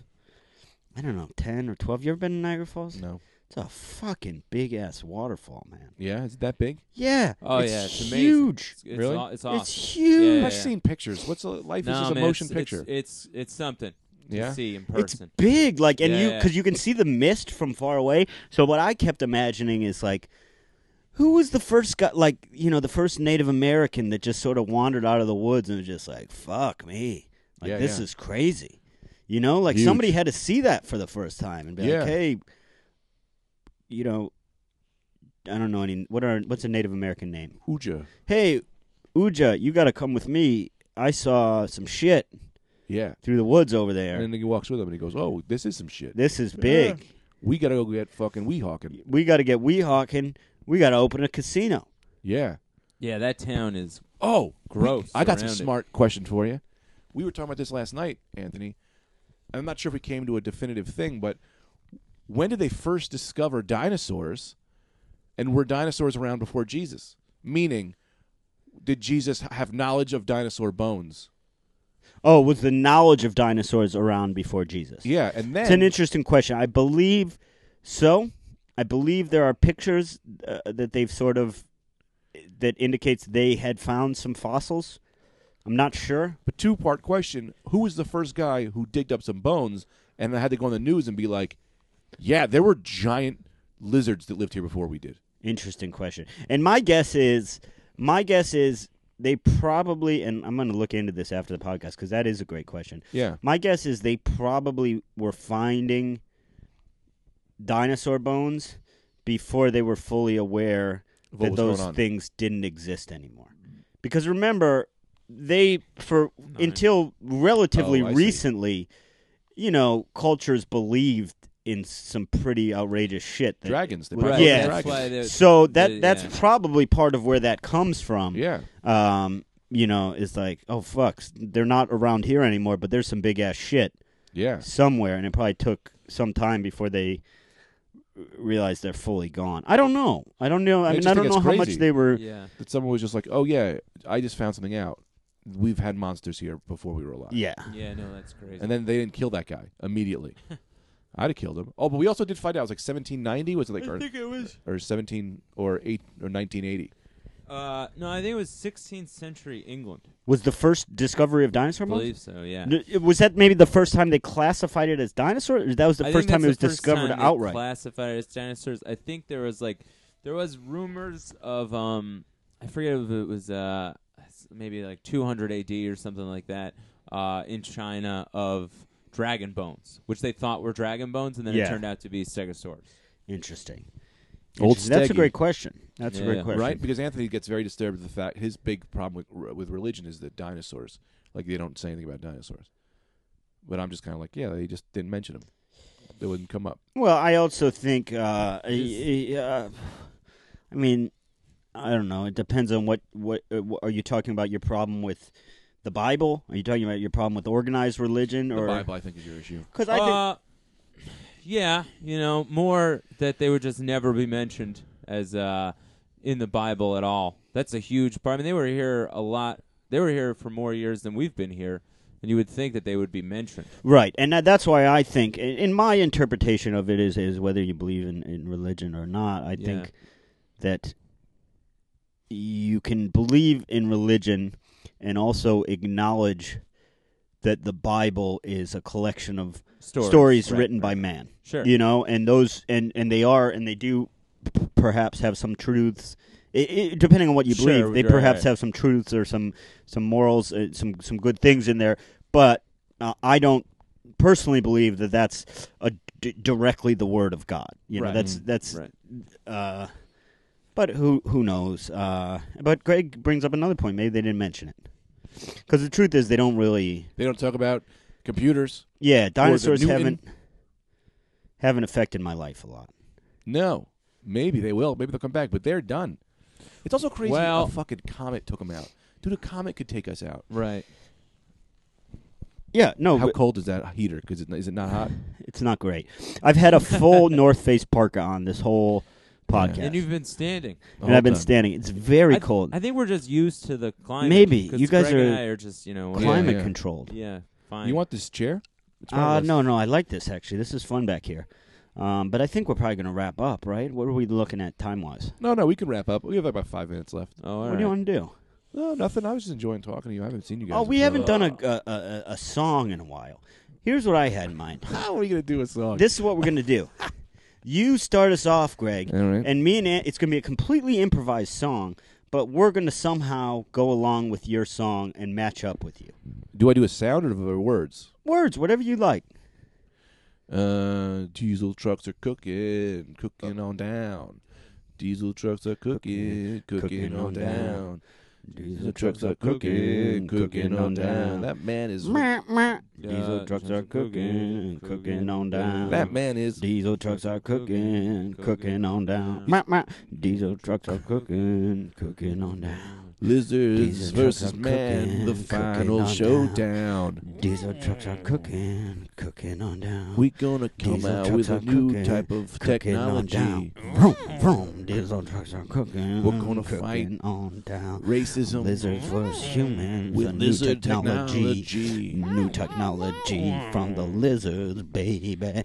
S1: I don't know, ten or twelve. You ever been to Niagara Falls?
S2: No.
S1: It's a fucking big ass waterfall, man.
S2: Yeah, is it that big?
S1: Yeah.
S3: Oh
S1: it's
S3: yeah, it's amazing.
S1: huge.
S3: It's, it's
S2: Really?
S3: aw- it's awesome.
S1: It's huge.
S3: Yeah,
S2: I've
S3: yeah.
S2: seen pictures. What's a, life is
S3: Nah,
S2: just a
S3: man,
S2: motion
S3: it's,
S2: picture?
S3: It's, it's it's something to
S2: yeah.
S3: see in
S1: It's
S3: person.
S1: big, like, and you
S3: Yeah.
S1: because you can see the mist from far away. So what I kept imagining is like, who was the first guy, like, you know, the first Native American that just sort of wandered out of the woods and was just like, "Fuck me, like
S2: Yeah,
S1: this
S2: yeah.
S1: is crazy," you know, like
S2: Huge.
S1: somebody had to see that for the first time and be
S2: Yeah.
S1: like, "Hey, you know, I don't know any. What are what's a Native American name?
S2: Uja.
S1: Hey, Uja, you got to come with me. I saw some shit."
S2: Yeah.
S1: through the woods over there.
S2: And then he walks with him and he goes, "Oh, this is some shit.
S1: this is big.
S2: We gotta go get fucking Weehawken."
S1: We got to get Weehawken. We got to open a casino.
S2: Yeah.
S3: Yeah, that town is
S2: Oh,
S3: gross.
S2: I got some
S3: surrounded.
S2: smart question for you. We were talking about this last night, Anthony. I'm not sure if we came to a definitive thing, but when did they first discover dinosaurs? And were dinosaurs around before Jesus? Meaning, did Jesus have knowledge of dinosaur bones?
S1: Oh, was the knowledge of dinosaurs around before Jesus?
S2: Yeah, and then
S1: It's an interesting question. I believe so. I believe there are pictures uh, that they've sort of that indicates they had found some fossils. I'm not sure.
S2: but two part question: Who was the first guy who digged up some bones? And I had to go on the news and be like, "Yeah, there were giant lizards that lived here before we did."
S1: Interesting question. And my guess is, my guess is they probably, and I'm going to look into this after the podcast because that is a great question.
S2: Yeah,
S1: My guess is they probably were finding dinosaur bones before they were fully aware
S2: What
S1: that
S2: was
S1: those
S2: going on.
S1: things didn't exist anymore. Because remember, they for until relatively
S2: Oh, I see.
S1: recently, you know, cultures believed in some pretty outrageous shit. That,
S2: dragons. They
S1: Well,
S2: probably
S1: yeah.
S2: had
S3: That's why
S2: dragons.
S3: they're-
S1: So that
S3: Yeah.
S1: that's probably part of where that comes from
S2: uh, Yeah,
S1: um, you know, is like, oh fuck, they're not around here anymore, but there's some big ass shit
S2: yeah.
S1: somewhere, and it probably took some time before they realized they're fully gone. I don't know. I don't know. I
S2: They
S1: mean,
S2: just
S1: I don't
S2: think
S1: know
S2: it's
S1: how much
S2: crazy.
S1: they were. Yeah.
S3: Yeah.
S2: that someone was just like, "Oh yeah, I just found something out. We've had monsters here before we were alive."
S3: Yeah, no, that's crazy.
S2: And then they didn't kill that guy immediately. I'd have killed him. Oh, but we also did find out it was like 1790 was it like or,
S3: it was.
S2: or 17 or 8 or 1980.
S3: Uh, no, I think it was 16th century England.
S1: Was the first discovery of
S3: I
S1: dinosaur bones?
S3: believe so. Yeah.
S1: N- it- Was that maybe the first time they classified it as dinosaur? Or that was the
S3: I
S1: first
S3: think
S1: time it was
S3: that's the first
S1: discovered
S3: time they
S1: outright.
S3: Classified as dinosaurs. I think there was like there was rumors of um I forget if it was uh s- maybe like 200 AD or something like that uh in China of dragon bones, which they thought were dragon bones, and then
S1: Yeah.
S3: it turned out to be stegosaurs.
S1: Interesting.
S2: Old
S1: Interesting. That's a
S2: Steggy.
S1: great question. That's a
S3: Yeah,
S1: great
S3: yeah.
S1: question.
S2: Right? Because Anthony gets very disturbed with the fact his big problem with with religion is that dinosaurs, like they don't say anything about dinosaurs. But I'm just kind of like, yeah, they just didn't mention them. They wouldn't come up.
S1: Well, I also think, uh, I, uh, I mean, I don't know. It depends on what what uh, wh- are you talking about? Your problem with the Bible? Are you talking about your problem with organized religion,
S2: the
S1: or
S2: Bible, I think, is your issue.
S1: because I think
S3: uh, yeah, you know, more that they would just never be mentioned as uh, in the Bible at all. That's a huge part. I mean, they were here a lot. They were here for more years than we've been here, and you would think that they would be mentioned.
S1: right, and that, that's why I think, in, in my interpretation of it, is is whether you believe in, in religion or not. I
S3: Yeah.
S1: think that you can believe in religion and also acknowledge that the Bible is a collection of
S3: Stories,
S1: stories
S3: Right,
S1: written
S3: right.
S1: by man.
S3: Sure.
S1: You know, and those and and they are and they do p- perhaps have some truths. It, it, depending on what you
S3: Sure,
S1: believe, they
S3: right,
S1: perhaps
S3: right.
S1: have some truths or some some morals, uh, some some good things in there. But uh, I don't personally believe that that's a d- directly the word of God. You know,
S2: Right.
S1: that's that's.
S3: Right.
S1: Uh, but who who knows? Uh, but Greg brings up another point. Maybe they didn't mention it because the truth is they don't really.
S2: They don't talk about computers.
S1: Yeah, dinosaurs
S2: Newton-
S1: haven't haven't affected my life a lot.
S2: No. Maybe they will. Maybe they'll come back, but they're done. It's also crazy
S3: Well-
S2: a fucking comet took them out. Dude, a comet could take us out.
S3: Right.
S1: Yeah, no,
S2: How
S1: Oh, but
S2: cold is that heater? Because it, is it not hot?
S1: it's not great. I've had a full North Face parka on this whole podcast,
S3: And you've been standing.
S2: The
S1: and
S2: whole
S1: I've been
S2: time.
S1: standing. It's very
S3: I th-
S1: cold,
S3: I think we're just used to the climate.
S1: Maybe.
S3: 'cause
S1: You guys
S3: Greg and
S1: are
S3: I are just you know
S2: Yeah,
S1: climate
S2: yeah.
S1: controlled.
S3: Yeah. Fine.
S2: You want this chair? It's
S1: Uh,
S2: probably-
S1: no, no, I like this actually. This is fun back here. Um, but I think we're probably going to wrap up, right? What are we looking at time wise?
S2: No, no, we can wrap up. We have about five minutes left.
S3: Oh, all
S1: What
S3: right.
S1: do you want to do?
S2: No, nothing. I was just enjoying talking to you. I haven't seen you guys. uh,
S1: Oh, we
S2: in
S1: haven't
S2: forever.
S1: done a, a, a, a song in a while. Here's what I had in mind.
S2: How are we going to do a song?
S1: This is what we're going to do. You start us off, Greg.
S2: All right.
S1: And me and Ant, it's going to be a completely improvised song, but we're going to somehow go along with your song and match up with you.
S2: do I do a sound or words?
S1: Words, whatever you like.
S2: Uh, diesel trucks are cooking, Oh. cooking on down. Diesel trucks are cooking, cooking,
S1: cooking
S2: on
S1: on
S2: down.
S1: down. Diesel
S2: trucks are cooking, cooking on down. That man is.
S1: Diesel trucks are cooking, cooking on down.
S2: That man is.
S1: Diesel trucks are cooking, cooking on down. Diesel trucks are cooking, cooking on down.
S2: Lizards
S1: Diesel
S2: versus
S1: trucks are
S2: man,
S1: cooking,
S2: the
S1: cooking
S2: final
S1: on
S2: showdown.
S1: Diesel trucks are cooking, cooking on down.
S2: We gonna come
S1: Diesel
S2: out
S1: trucks
S2: with a
S1: are
S2: new
S1: cooking,
S2: type of
S1: cooking on
S2: technology.
S1: down. Vroom, vroom. Diesel trucks are cooking.
S2: We're gonna
S1: cooking
S2: fight
S1: on down.
S2: Racism
S1: Lizards versus humans.
S2: with
S1: a new
S2: lizard
S1: technology.
S2: technology.
S1: New technology from the lizards, baby. Diesel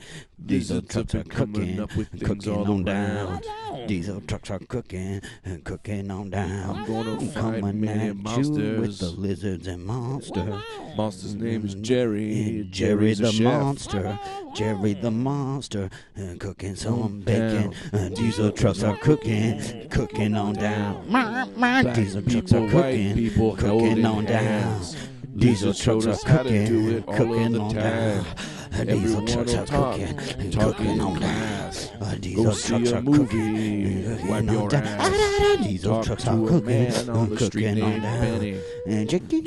S2: Lizards have
S1: trucks are
S2: been coming
S1: cooking,
S2: up with things
S1: cooking
S2: all
S1: on
S2: around.
S1: down. Diesel trucks are cooking and cooking on down.
S2: I'm gonna fight
S1: coming
S2: many
S1: at you with
S2: monsters.
S1: the lizards and monsters.
S2: Monster's name is Jerry.
S1: And Mm-hmm. Jerry
S2: Jerry's a
S1: the
S2: chef.
S1: monster, Jerry the monster, uh, cooking some
S2: down.
S1: bacon. Uh, diesel trucks are cooking, cooking on down. Diesel trucks are
S2: people, white
S1: cooking,
S2: people holding
S1: cooking on down.
S2: hands.
S1: Diesel
S2: Lizards
S1: trucks
S2: showed
S1: are
S2: us how to do
S1: cooking,
S2: it all of
S1: cooking
S2: the
S1: on
S2: time.
S1: down. Uh, Diesel
S2: Everyone
S1: trucks
S2: will
S1: are
S2: talk,
S1: cooking,
S2: talking
S1: cooking
S2: in
S1: on down.
S2: class.
S1: Uh,
S2: Go
S1: Diesel
S2: see
S1: trucks
S2: a
S1: are
S2: movie.
S1: cooking,
S2: Wipe
S1: cooking on
S2: your
S1: down.
S2: ass.
S1: Diesel
S2: Talk
S1: trucks
S2: to
S1: are
S2: a man
S1: cooking,
S2: on
S1: uh,
S2: the street
S1: cooking on
S2: named
S1: down.
S2: Benny.
S1: And chicken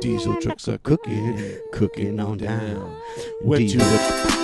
S2: Diesel trucks are cooking,
S1: cooking on down.
S2: Went
S1: Diesel-
S2: to the